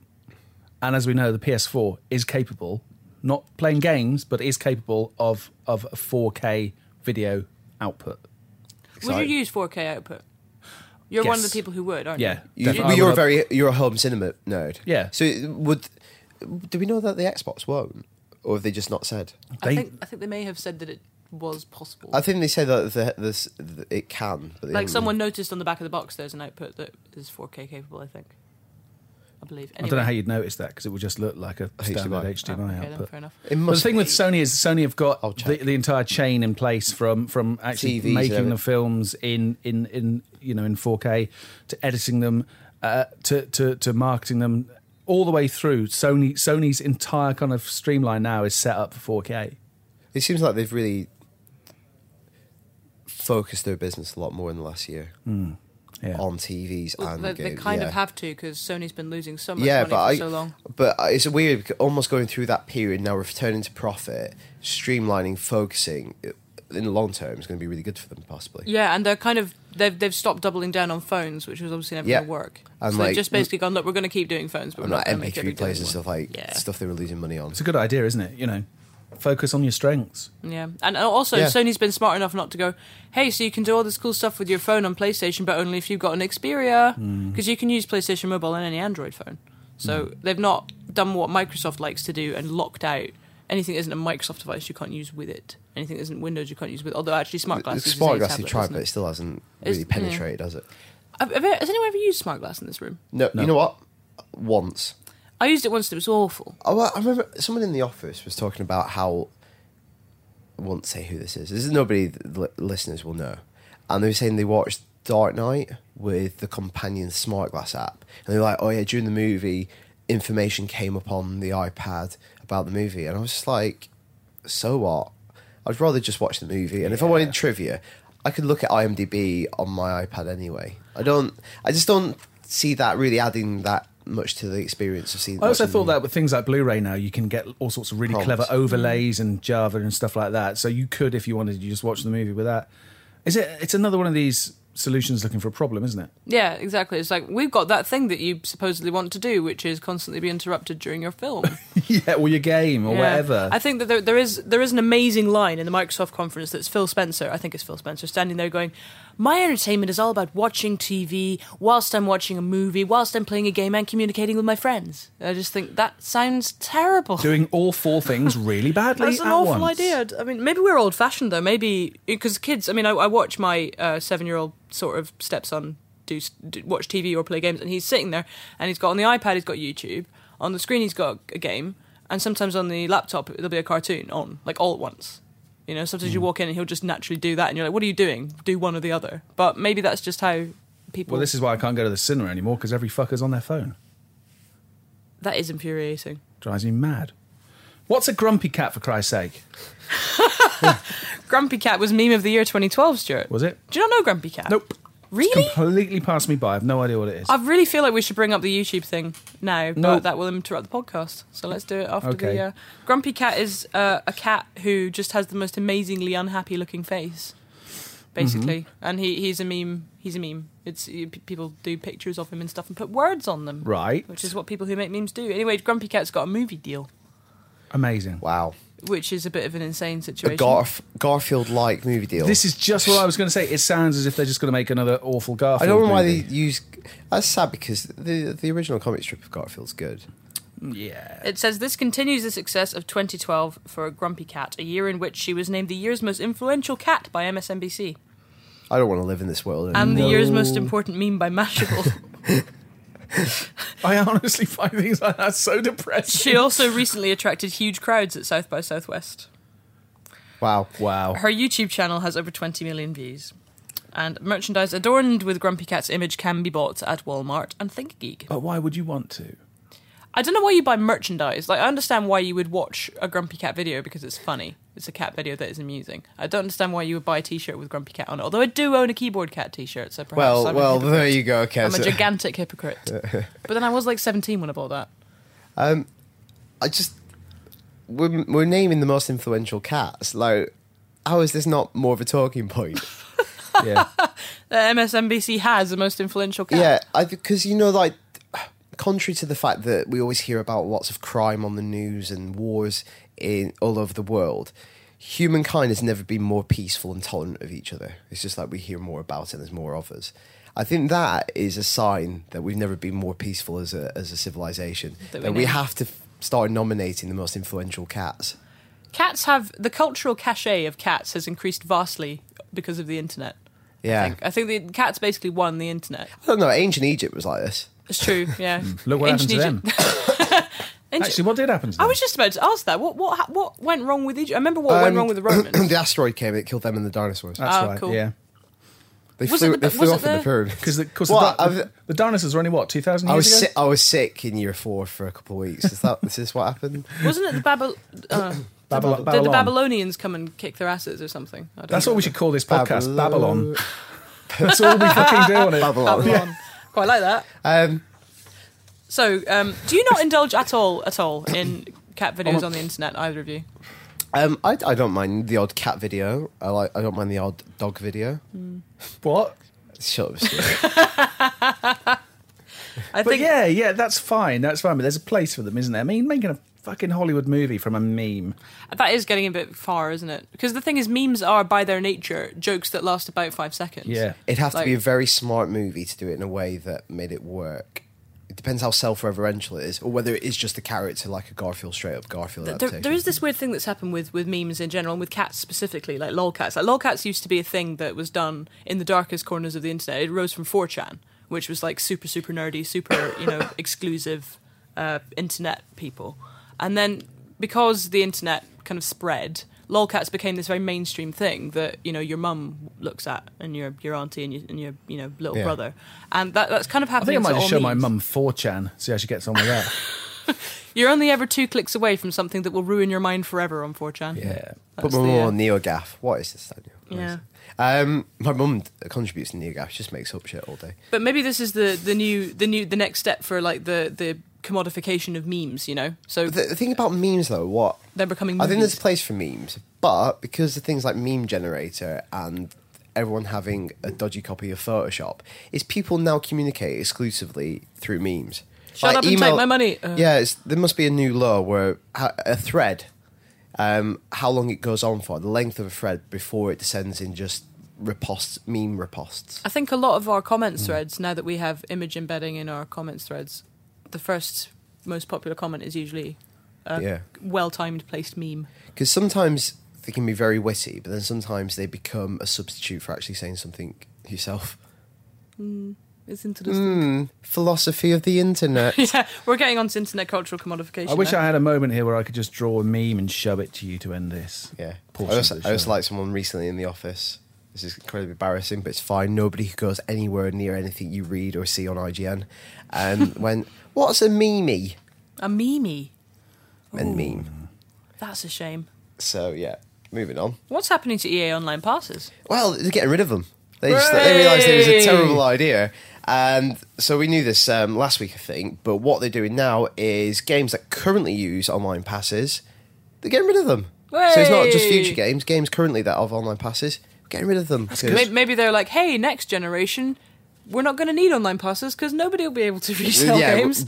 [SPEAKER 1] And as we know, the PS4 is capable, not playing games, but is capable of, of 4K video output.
[SPEAKER 3] Would
[SPEAKER 2] Exciting.
[SPEAKER 3] you use 4K output? You're one of the
[SPEAKER 1] Yes.
[SPEAKER 3] people who would, aren't
[SPEAKER 1] Yeah.
[SPEAKER 3] you?
[SPEAKER 2] You,
[SPEAKER 1] definitely. I
[SPEAKER 2] you're a
[SPEAKER 1] would-
[SPEAKER 2] very you're a home cinema nerd.
[SPEAKER 1] Yeah.
[SPEAKER 2] So would do we know that the Xbox won't, or have they just not said?
[SPEAKER 3] I
[SPEAKER 1] They-
[SPEAKER 3] think I think they may have said that it was possible.
[SPEAKER 2] I think they said that the, this it can, but they
[SPEAKER 3] like
[SPEAKER 2] haven't.
[SPEAKER 3] someone noticed on the back of the box, there's an output that is 4K capable. I think. I believe.
[SPEAKER 1] I
[SPEAKER 3] Anyway.
[SPEAKER 1] don't know how you'd notice that because it would just look like a standard
[SPEAKER 2] HDMI.
[SPEAKER 1] HDMI,
[SPEAKER 3] okay, then,
[SPEAKER 1] output.
[SPEAKER 3] fair enough.
[SPEAKER 1] But
[SPEAKER 2] It
[SPEAKER 1] the
[SPEAKER 2] must
[SPEAKER 1] thing
[SPEAKER 2] be.
[SPEAKER 1] with Sony is Sony have got
[SPEAKER 2] I'll
[SPEAKER 1] the,
[SPEAKER 2] check.
[SPEAKER 1] the entire chain in place from from actually
[SPEAKER 2] TVs,
[SPEAKER 1] making
[SPEAKER 2] everything.
[SPEAKER 1] the films in in in you know in 4K to editing them uh, to to to marketing them all the way through. Sony Sony's entire kind of streamline now is set up for 4K.
[SPEAKER 2] it seems like they've really focused their business a lot more in the last year
[SPEAKER 1] Yeah.
[SPEAKER 2] on TVs
[SPEAKER 3] Well,
[SPEAKER 2] and
[SPEAKER 3] they, they
[SPEAKER 2] games,
[SPEAKER 3] kind of
[SPEAKER 2] yeah.
[SPEAKER 3] have to because Sony's been losing so much
[SPEAKER 2] yeah,
[SPEAKER 3] money
[SPEAKER 2] but
[SPEAKER 3] for
[SPEAKER 2] I,
[SPEAKER 3] so long.
[SPEAKER 2] but I- it's weird, because almost going through that period now, returning to profit, streamlining, focusing it- in the long term is going to be really good for them, possibly.
[SPEAKER 3] Yeah, and they're kind of they've they've stopped doubling down on phones, which was obviously never
[SPEAKER 2] Yeah.
[SPEAKER 3] going to work.
[SPEAKER 2] And,
[SPEAKER 3] so
[SPEAKER 2] like,
[SPEAKER 3] they've just basically gone, look, we're going to keep doing phones, but we're
[SPEAKER 2] and
[SPEAKER 3] not
[SPEAKER 2] like
[SPEAKER 3] going to make every
[SPEAKER 2] MP3
[SPEAKER 3] day
[SPEAKER 2] players and
[SPEAKER 3] one."
[SPEAKER 2] stuff like
[SPEAKER 3] yeah.
[SPEAKER 2] stuff they were losing money on.
[SPEAKER 1] It's a good idea, isn't it? You know, focus on your strengths.
[SPEAKER 3] Yeah, and also
[SPEAKER 2] Yeah.
[SPEAKER 3] Sony's been smart enough not to go, hey, so you can do all this cool stuff with your phone on PlayStation, but only if you've got an Xperia,
[SPEAKER 2] Hmm.
[SPEAKER 3] because you can use PlayStation Mobile and any Android phone. So they've not done what Microsoft likes to do and locked out anything that isn't a Microsoft device you can't use with it. Anything that isn't Windows you can't use with. Although actually, smart glass. uses
[SPEAKER 2] Smart
[SPEAKER 3] a
[SPEAKER 2] glass they
[SPEAKER 3] tablet,
[SPEAKER 2] tried,
[SPEAKER 3] doesn't
[SPEAKER 2] but
[SPEAKER 3] it?
[SPEAKER 2] it still hasn't
[SPEAKER 3] It's-
[SPEAKER 2] really penetrated, has it?
[SPEAKER 3] Have- have- has anyone ever used smart glass in this room?
[SPEAKER 2] No, you know what? Once.
[SPEAKER 3] I used it once and it was awful.
[SPEAKER 2] Oh, well, I remember someone in the office was talking about how. I won't say who this is. This is nobody the li- listeners will know. And they were saying they watched Dark Knight with the companion smart glass app. And they were like, oh, yeah, during the movie, information came up on the iPad about the movie. And I was just like, so what? I'd rather just watch the movie. And if I wanted trivia, I could look at IMDb on my iPad anyway. I don't. I just don't see that really adding that much to the experience of seeing.
[SPEAKER 1] I also
[SPEAKER 2] watching the
[SPEAKER 1] thought
[SPEAKER 2] movie.
[SPEAKER 1] that with things like Blu-ray now, you can get all sorts of really
[SPEAKER 2] Prompts.
[SPEAKER 1] clever overlays and Java and stuff like that. So you could, if you wanted, you just watch the movie with that. Is it? It's another one of these solution's looking for a problem, isn't it?
[SPEAKER 3] Yeah, exactly. It's like we've got that thing that you supposedly want to do, which is constantly be interrupted during your film
[SPEAKER 1] yeah, or your game or
[SPEAKER 3] Yeah.
[SPEAKER 1] whatever.
[SPEAKER 3] I think that there, there is there is an amazing line in the Microsoft conference that's Phil Spencer. I think it's Phil Spencer standing there going, "My entertainment is all about watching TV whilst I'm watching a movie, whilst I'm playing a game, and communicating with my friends." I just think that sounds terrible.
[SPEAKER 1] Doing all four things really badly.
[SPEAKER 3] That's an
[SPEAKER 1] at
[SPEAKER 3] awful
[SPEAKER 1] once.
[SPEAKER 3] idea. I mean, maybe we're old fashioned though. Maybe because kids. I mean, I, I watch my uh, seven year old sort of stepson do, s- do watch TV or play games, and he's sitting there and he's got on the iPad, he's got YouTube. On the screen, he's got a game, and sometimes on the laptop, there'll be a cartoon on, like all at once. You know, sometimes
[SPEAKER 1] Hmm.
[SPEAKER 3] you walk in and he'll just naturally do that, and you're like, "What are you doing? Do one or the other." But maybe that's just how people.
[SPEAKER 1] Well, this is why I can't go to the cinema anymore because every fucker's on their phone.
[SPEAKER 3] that is infuriating.
[SPEAKER 1] Drives me mad. What's a grumpy cat for Christ's sake?
[SPEAKER 3] Grumpy Cat was meme of the year 2012, Stuart.
[SPEAKER 1] Was it?
[SPEAKER 3] Do you not know Grumpy Cat?
[SPEAKER 1] Nope.
[SPEAKER 3] Really?
[SPEAKER 1] Completely passed me by. I've no idea what it is.
[SPEAKER 3] I really feel like we should bring up the YouTube thing now,
[SPEAKER 1] No.
[SPEAKER 3] but that will interrupt the podcast. So let's do it after
[SPEAKER 1] Okay.
[SPEAKER 3] the. Uh, Grumpy Cat is uh, a cat who just has the most amazingly unhappy looking face, basically,
[SPEAKER 1] Mm-hmm.
[SPEAKER 3] and he, he's a meme. He's a meme. It's you- p- people do pictures of him and stuff and put words on them,
[SPEAKER 1] right.
[SPEAKER 3] Which is what people who make memes do. Anyway, Grumpy Cat's got a movie deal,
[SPEAKER 1] Amazing.
[SPEAKER 2] Wow.
[SPEAKER 3] which is a bit of an insane
[SPEAKER 2] A
[SPEAKER 3] situation.
[SPEAKER 2] Garf- Garfield like movie deal.
[SPEAKER 1] This is just what I was going to say. It sounds as if they're just going to make another awful Garfield.
[SPEAKER 2] I don't know why they
[SPEAKER 1] movie.
[SPEAKER 2] use. That's sad because the the original comic strip of Garfield's good.
[SPEAKER 1] Yeah.
[SPEAKER 3] It says this continues the success of 2012 for Grumpy Cat, a year in which she was named the year's most influential cat by MSNBC.
[SPEAKER 2] I don't want to live in this world.
[SPEAKER 3] And the
[SPEAKER 2] anymore.
[SPEAKER 3] year's most important meme by Mashable.
[SPEAKER 1] I honestly find things like that so depressing.
[SPEAKER 3] she also recently attracted huge crowds at South by Southwest.
[SPEAKER 2] wow.
[SPEAKER 1] Wow.
[SPEAKER 3] Her YouTube channel has over 20 million views. And merchandise adorned with Grumpy Cat's image can be bought at Walmart and ThinkGeek.
[SPEAKER 1] But why would you want to?
[SPEAKER 3] I don't know why you buy merchandise. Like, I understand why you would watch a Grumpy Cat video because it's funny. It's a cat video that is amusing. I don't understand why you would buy a T-shirt with Grumpy Cat on it. Although I do own a Keyboard Cat T-shirt, so perhaps
[SPEAKER 2] Well,
[SPEAKER 3] I'm
[SPEAKER 2] well,
[SPEAKER 3] a hypocrite.
[SPEAKER 2] there you go. Okay,
[SPEAKER 3] I'm a
[SPEAKER 2] so-
[SPEAKER 3] gigantic hypocrite. but then I was like 17 when I bought that.
[SPEAKER 2] I just we're, we're naming the most influential cats. Like, how is this not more of a talking point?
[SPEAKER 1] Yeah.
[SPEAKER 3] Uh, MSNBC has the most influential cat.
[SPEAKER 2] yeah, I because you know, like, contrary to the fact that we always hear about lots of crime on the news and wars in all over the world, humankind has never been more peaceful and tolerant of each other. It's just like we hear more about it. and There's more of us. I think that is a sign that we've never been more peaceful as a as a civilization.
[SPEAKER 3] That
[SPEAKER 2] That
[SPEAKER 3] we
[SPEAKER 2] we,
[SPEAKER 3] know.
[SPEAKER 2] have to f- start nominating the most influential cats.
[SPEAKER 3] Cats have the cultural cachet of cats has increased vastly because of the internet.
[SPEAKER 2] Yeah,
[SPEAKER 3] I think, I think the cats basically won the internet.
[SPEAKER 2] I don't know. Ancient Egypt was like this.
[SPEAKER 3] It's true. Yeah.
[SPEAKER 1] Hmm. Look what
[SPEAKER 3] Ancient
[SPEAKER 1] happened to
[SPEAKER 3] Egypt-
[SPEAKER 1] them.
[SPEAKER 3] Ancient-
[SPEAKER 1] Actually, what did happen to them?
[SPEAKER 3] I was just about to ask that. What what ha- what went wrong with Egypt? I remember what went
[SPEAKER 2] Um,
[SPEAKER 3] wrong with the Romans.
[SPEAKER 2] the asteroid came. It killed them and the dinosaurs.
[SPEAKER 1] That's
[SPEAKER 3] Oh,
[SPEAKER 1] right.
[SPEAKER 3] cool.
[SPEAKER 1] Yeah.
[SPEAKER 2] they
[SPEAKER 3] was
[SPEAKER 2] flew.
[SPEAKER 3] it the-
[SPEAKER 2] they
[SPEAKER 3] was
[SPEAKER 2] flew
[SPEAKER 3] it
[SPEAKER 2] off in
[SPEAKER 3] the-
[SPEAKER 2] the pyramids.
[SPEAKER 1] Because the, 'cause
[SPEAKER 2] Well,
[SPEAKER 1] the, di-
[SPEAKER 2] I've-
[SPEAKER 1] the dinosaurs were only, what, 2,000 years
[SPEAKER 2] I was
[SPEAKER 1] ago?
[SPEAKER 2] sick. I was sick in year four for a couple of weeks. Is that this is what happened?
[SPEAKER 3] Wasn't it the Babylon? Uh,
[SPEAKER 1] Babylon.
[SPEAKER 3] Did the
[SPEAKER 1] Babylon.
[SPEAKER 3] Babylonians come and kick their asses or something? I don't
[SPEAKER 1] That's what we should call this podcast, Babylon.
[SPEAKER 2] Babylon.
[SPEAKER 1] That's all we fucking do on it.
[SPEAKER 2] Babylon.
[SPEAKER 3] Babylon. Quite like that.
[SPEAKER 2] Um,
[SPEAKER 3] So, um, do you not indulge at all, at all, in cat videos on the internet? Either of you?
[SPEAKER 2] um, I, I don't mind the odd cat video. I like. I don't mind the odd dog video.
[SPEAKER 1] What?
[SPEAKER 2] Shut up. Stuart.
[SPEAKER 3] I
[SPEAKER 1] But
[SPEAKER 3] think
[SPEAKER 1] yeah, yeah, that's fine. That's fine. But there's a place for them, isn't there? I mean, making a fucking Hollywood movie from a meme.
[SPEAKER 3] That is getting a bit far, isn't it? Because the thing is, memes are by their nature jokes that last about five seconds.
[SPEAKER 1] Yeah.
[SPEAKER 2] It'd have to be
[SPEAKER 3] Like-
[SPEAKER 2] a very smart movie to do it in a way that made it work. It depends how self-referential it is, or whether it is just a character like a Garfield, straight up Garfield
[SPEAKER 3] Th- There,
[SPEAKER 2] adaptation.
[SPEAKER 3] there is this weird thing that's happened with, with memes in general, and with cats specifically, like lolcats. Like lolcats used to be a thing that was done in the darkest corners of the internet. It rose from 4chan, which was like super, super nerdy, super, you know, exclusive uh, internet people. And then because the internet kind of spread, lolcats became this very mainstream thing that you know your mum looks at and your your auntie and your, and your you know little
[SPEAKER 2] Yeah.
[SPEAKER 3] brother, and that, that's kind of
[SPEAKER 1] I
[SPEAKER 3] happening.
[SPEAKER 1] think I might
[SPEAKER 3] to
[SPEAKER 1] just
[SPEAKER 3] all
[SPEAKER 1] show my
[SPEAKER 3] memes.
[SPEAKER 1] mum 4chan, see how she gets on with that.
[SPEAKER 3] You're only ever two clicks away from something that will ruin your mind forever on 4chan.
[SPEAKER 2] yeah. But
[SPEAKER 3] That's
[SPEAKER 2] my
[SPEAKER 3] the,
[SPEAKER 2] mum
[SPEAKER 3] uh,
[SPEAKER 2] on NeoGaf. What is this? Daniel? What is
[SPEAKER 3] Yeah.
[SPEAKER 2] it? Um, my mum contributes to NeoGaf. She just makes up shit all day.
[SPEAKER 3] But maybe this is the the new the new the next step for like the the commodification of memes, you know. So
[SPEAKER 2] The, the thing about memes, though, what
[SPEAKER 3] they're becoming.
[SPEAKER 2] I think
[SPEAKER 3] movies.
[SPEAKER 2] there's a place for memes, but because of things like meme generator and everyone having a dodgy copy of Photoshop is people now communicate exclusively through memes.
[SPEAKER 3] Shut up and take my money. Uh.
[SPEAKER 2] Yeah, it's, there must be a new law where ha- a thread, um, how long it goes on for, the length of a thread before it descends in just reposts, meme reposts.
[SPEAKER 3] I think a lot of our comments threads, now that we have image embedding in our comments threads, the first most popular comment is usually Uh.
[SPEAKER 2] yeah.
[SPEAKER 3] well timed placed meme.
[SPEAKER 2] Because sometimes they can be very witty, but then sometimes they become a substitute for actually saying something yourself.
[SPEAKER 3] It's
[SPEAKER 2] Hmm.
[SPEAKER 3] interesting.
[SPEAKER 2] Philosophy of the internet.
[SPEAKER 3] Yeah, we're getting onto internet cultural commodification.
[SPEAKER 1] I wish
[SPEAKER 3] now.
[SPEAKER 1] I had a moment here where I could just draw a meme and show it to you to end this.
[SPEAKER 2] Yeah. I
[SPEAKER 1] portion of
[SPEAKER 2] was,
[SPEAKER 1] the
[SPEAKER 2] I was
[SPEAKER 1] show.
[SPEAKER 2] like someone recently in the office. This is incredibly embarrassing, but it's fine. Nobody who goes anywhere near anything you read or see on IGN. And when, what's a meme?
[SPEAKER 3] a meme.
[SPEAKER 2] And meme.
[SPEAKER 3] That's a shame.
[SPEAKER 2] So, yeah, moving on.
[SPEAKER 3] What's happening to EA Online passes?
[SPEAKER 2] Well, they're getting rid of them. They, just, they realised it was a
[SPEAKER 3] Hooray!
[SPEAKER 2] terrible idea. And so we knew this um, last week, I think. But what they're doing now is games that currently use online passes, they're getting rid of them. So it's not just
[SPEAKER 3] Hooray!
[SPEAKER 2] future games, games currently that have online passes, getting rid of them. because-
[SPEAKER 3] Maybe, maybe they're like, hey, next generation, we're not going to need online passes because nobody will be able to resell
[SPEAKER 2] Yeah,
[SPEAKER 3] games.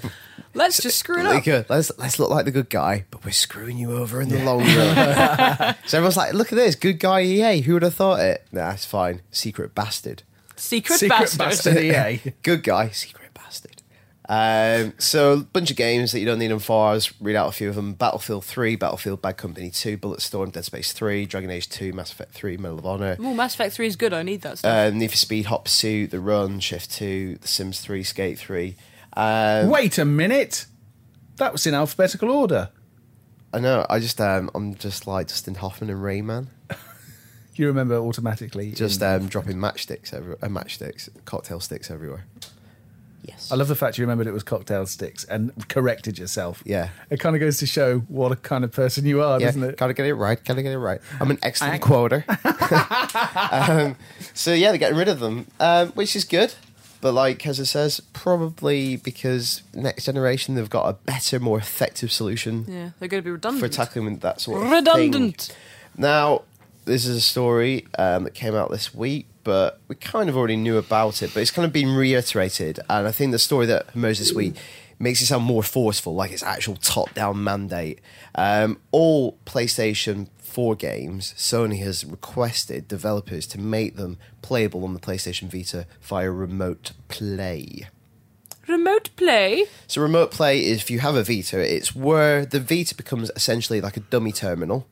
[SPEAKER 3] Let's just screw it
[SPEAKER 2] Like,
[SPEAKER 3] up.
[SPEAKER 2] uh, Let's let's look like the good guy, but we're screwing you over in the long run. so everyone's like, "Look at this, good guy EA. Who would have thought it?" Nah, it's fine. Secret bastard.
[SPEAKER 3] Secret,
[SPEAKER 1] Secret
[SPEAKER 3] bastard.
[SPEAKER 1] bastard EA.
[SPEAKER 2] Good guy. Secret bastard. Um, so a bunch of games that you don't need them for. I'll just read out a few of them: Battlefield Three, Battlefield Bad Company Two, Bulletstorm, Dead Space Three, Dragon Age Two, Mass Effect Three, Medal of Honor.
[SPEAKER 3] Ooh, Mass Effect 3 is good. I need that stuff.
[SPEAKER 2] Um, Need for Speed, Hot Pursuit, The Run, Shift Two, The Sims Three, Skate Three. Um,
[SPEAKER 1] Wait a minute. That was in alphabetical order.
[SPEAKER 2] I know. I just um, I'm just like Justin Hoffman and Rayman.
[SPEAKER 1] You remember automatically.
[SPEAKER 2] just um, dropping matchsticks every uh, matchsticks, cocktail sticks everywhere. Yes.
[SPEAKER 1] I love the fact you remembered it was cocktail sticks and corrected yourself.
[SPEAKER 2] Yeah.
[SPEAKER 1] It kind of goes to show what a kind of person you are,
[SPEAKER 2] yeah,
[SPEAKER 1] doesn't it?
[SPEAKER 2] gotta get it right. Gotta get it right. I'm an excellent
[SPEAKER 1] I-
[SPEAKER 2] quoter. um, so yeah, they're getting rid of them, um, which is good. But like as it says, probably because next generation they've got a better, more effective solution
[SPEAKER 3] yeah, they're going to be
[SPEAKER 2] for
[SPEAKER 3] redundant.
[SPEAKER 2] tackling that sort of
[SPEAKER 3] Redundant.
[SPEAKER 2] thing. Now, this is a story um, that came out this week, but we kind of already knew about it, but it's kind of been reiterated. And I think the story that emerged this week makes it sound more forceful, like it's actual top down mandate. Um, all PlayStation 4 games, Sony has requested developers to make them playable on the PlayStation Vita via remote play.
[SPEAKER 3] Remote play.
[SPEAKER 2] So remote play is if you have a Vita, it's where the Vita becomes essentially like a dummy terminal.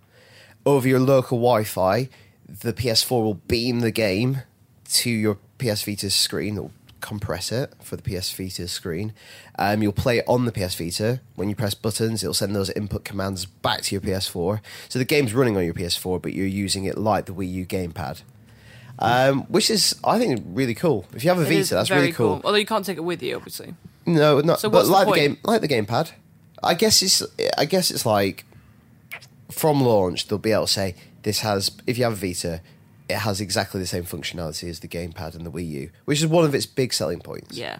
[SPEAKER 2] Over your local Wi-Fi, the PS4 will beam the game to your PS Vita's screen. It'll compress it for the PS Vita's screen. Um, you'll play it on the PS Vita. When you press buttons, it'll send those input commands back to your PS4. So the game's running on your PS4, but you're using it like the Wii U gamepad. Um, which is, I think, really cool. If you have a
[SPEAKER 3] It
[SPEAKER 2] Vita,
[SPEAKER 3] is
[SPEAKER 2] that's
[SPEAKER 3] very
[SPEAKER 2] really cool.
[SPEAKER 3] Although you can't take it with you, obviously.
[SPEAKER 2] No, not
[SPEAKER 3] So
[SPEAKER 2] but
[SPEAKER 3] what's the
[SPEAKER 2] like the, game,
[SPEAKER 3] point?
[SPEAKER 2] like the gamepad. I guess it's I guess it's like from launch they'll be able to say this has if you have a Vita, it has exactly the same functionality as the gamepad and the Wii U, which is one of its big selling points.
[SPEAKER 3] Yeah.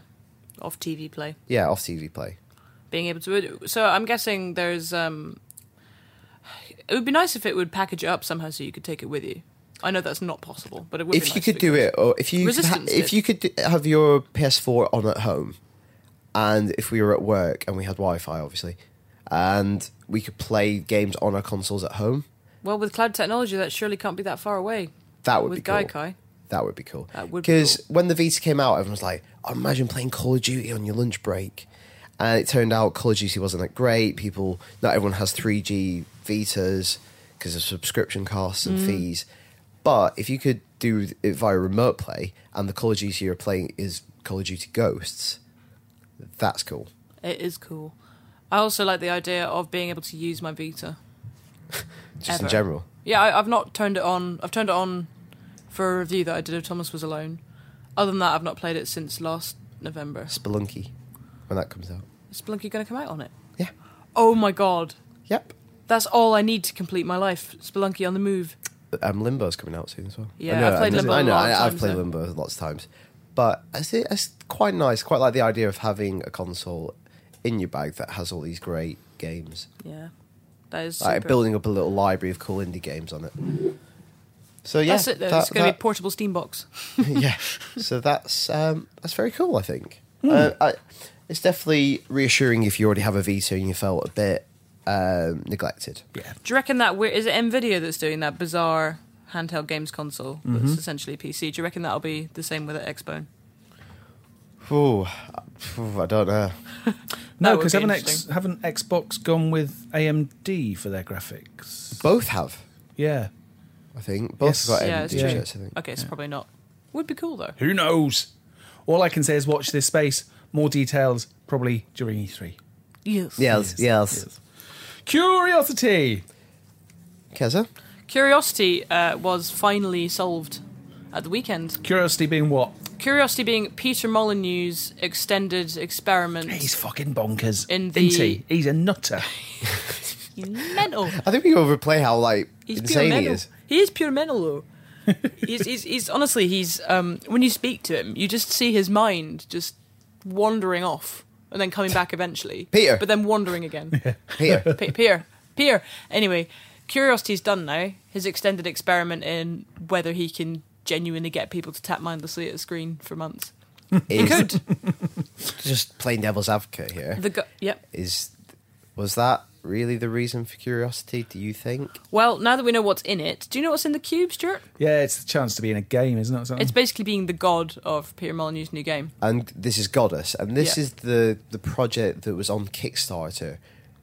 [SPEAKER 3] Off TV play.
[SPEAKER 2] Yeah, off TV play.
[SPEAKER 3] being able to. So I'm guessing there's. Um, it would be nice if it would package it up somehow so you could take it with you. I know that's not possible, but it would. be
[SPEAKER 2] if you
[SPEAKER 3] nice
[SPEAKER 2] could do it, or if you could ha-
[SPEAKER 3] Resistance
[SPEAKER 2] if
[SPEAKER 3] did.
[SPEAKER 2] you could d- have your PS4 on at home, and if we were at work and we had Wi-Fi, obviously, and we could play games on our consoles at home,
[SPEAKER 3] Well, with cloud technology, that surely can't be that far away.
[SPEAKER 2] That would
[SPEAKER 3] with
[SPEAKER 2] be cool.
[SPEAKER 3] Gaikai.
[SPEAKER 2] That would be cool.
[SPEAKER 3] That would be
[SPEAKER 2] because when the Vita came out, everyone was like, oh, "Imagine playing Call of Duty on your lunch break," and it turned out Call of Duty wasn't that great. People, not everyone has 3G Vitas because of subscription costs
[SPEAKER 3] Mm.
[SPEAKER 2] and fees. But if you could do it via remote play, and the Call of Duty you're playing is Call of Duty Ghosts, that's cool.
[SPEAKER 3] It is cool. I also like the idea of being able to use my Vita.
[SPEAKER 2] Just in
[SPEAKER 3] Ever.
[SPEAKER 2] general,
[SPEAKER 3] Yeah, I, I've not turned it on. I've turned it on for a review that I did of Thomas Was Alone. Other than that, I've not played it since last November.
[SPEAKER 2] Spelunky when that comes out.
[SPEAKER 3] Is Splunky going to come out on it?
[SPEAKER 2] Yeah.
[SPEAKER 3] Oh my god.
[SPEAKER 2] Yep.
[SPEAKER 3] That's all I need to complete my life. Spelunky on the move.
[SPEAKER 2] um, Limbo's coming out soon as well.
[SPEAKER 3] Yeah, I've played
[SPEAKER 2] I
[SPEAKER 3] Limbo
[SPEAKER 2] I
[SPEAKER 3] a
[SPEAKER 2] know,
[SPEAKER 3] lot of
[SPEAKER 2] I, I've
[SPEAKER 3] times
[SPEAKER 2] played
[SPEAKER 3] now.
[SPEAKER 2] Limbo lots of times, but it's, it's quite nice. Quite like the idea of having a console in your bag that has all these great games,
[SPEAKER 3] Yeah, that is super.
[SPEAKER 2] like building up a little library of cool indie games on it. So yeah,
[SPEAKER 3] That's it though.
[SPEAKER 2] that-
[SPEAKER 3] it's going to
[SPEAKER 2] that-
[SPEAKER 3] be portable steam box.
[SPEAKER 2] yeah. So that's um, that's very cool. I think
[SPEAKER 3] Hmm.
[SPEAKER 2] uh, I, it's definitely reassuring if you already have a Vita and you felt a bit um, neglected.
[SPEAKER 1] Yeah.
[SPEAKER 3] Do you reckon that weird, is it Nvidia that's doing that bizarre handheld games console that's essentially a PC? Do you reckon that'll be the same with an Xbone?
[SPEAKER 2] Ooh, I don't
[SPEAKER 1] No,
[SPEAKER 2] know.
[SPEAKER 3] That would
[SPEAKER 1] because
[SPEAKER 3] be
[SPEAKER 1] haven't, X,
[SPEAKER 3] interesting.
[SPEAKER 1] haven't Xbox gone with AMD for their graphics?
[SPEAKER 2] Both have,
[SPEAKER 1] Yeah.
[SPEAKER 2] I think. Both
[SPEAKER 1] Yes.
[SPEAKER 2] have got
[SPEAKER 3] Yeah,
[SPEAKER 2] AMD
[SPEAKER 3] it's
[SPEAKER 1] true.
[SPEAKER 2] chips. I think.
[SPEAKER 3] Okay, it's probably not. Would be cool though.
[SPEAKER 1] Who knows? All I can say is watch this space. More details probably during E E3.
[SPEAKER 3] Yes.
[SPEAKER 2] Yes, yes.
[SPEAKER 1] Curiosity.
[SPEAKER 2] Keza,
[SPEAKER 3] Curiosity uh, was finally solved at the weekend.
[SPEAKER 1] Curiosity being what?
[SPEAKER 3] Curiosity being Peter Molyneux's extended experiment.
[SPEAKER 1] He's fucking bonkers.
[SPEAKER 3] In
[SPEAKER 1] isn't he?
[SPEAKER 3] the-
[SPEAKER 1] He's a nutter.
[SPEAKER 3] He's mental.
[SPEAKER 2] I think we overplay how like
[SPEAKER 3] He's pure
[SPEAKER 2] insane he
[SPEAKER 3] mental.
[SPEAKER 2] is.
[SPEAKER 3] He is pure mental though. he's, he's, he's honestly he's um, when you speak to him, you just see his mind just wandering off and then coming back eventually.
[SPEAKER 2] Peter.
[SPEAKER 3] but then wandering again.
[SPEAKER 2] Here,
[SPEAKER 3] Pe- Peter, Peter. Anyway, Curiosity's done now. His extended experiment in whether he can genuinely get people to tap mindlessly at a screen for months.
[SPEAKER 2] is
[SPEAKER 3] Good.
[SPEAKER 2] just plain devil's advocate here.
[SPEAKER 3] The go- yep.
[SPEAKER 2] Is was that really the reason for curiosity? Do you think?
[SPEAKER 3] Well, now that we know what's in it, do you know what's in the cube, Stuart?
[SPEAKER 1] yeah, it's the chance to be in a game, isn't it? or something?
[SPEAKER 3] It's basically being the god of Peter Molyneux's new game.
[SPEAKER 2] and this is Goddess, and this
[SPEAKER 3] Yeah.
[SPEAKER 2] is the the project that was on Kickstarter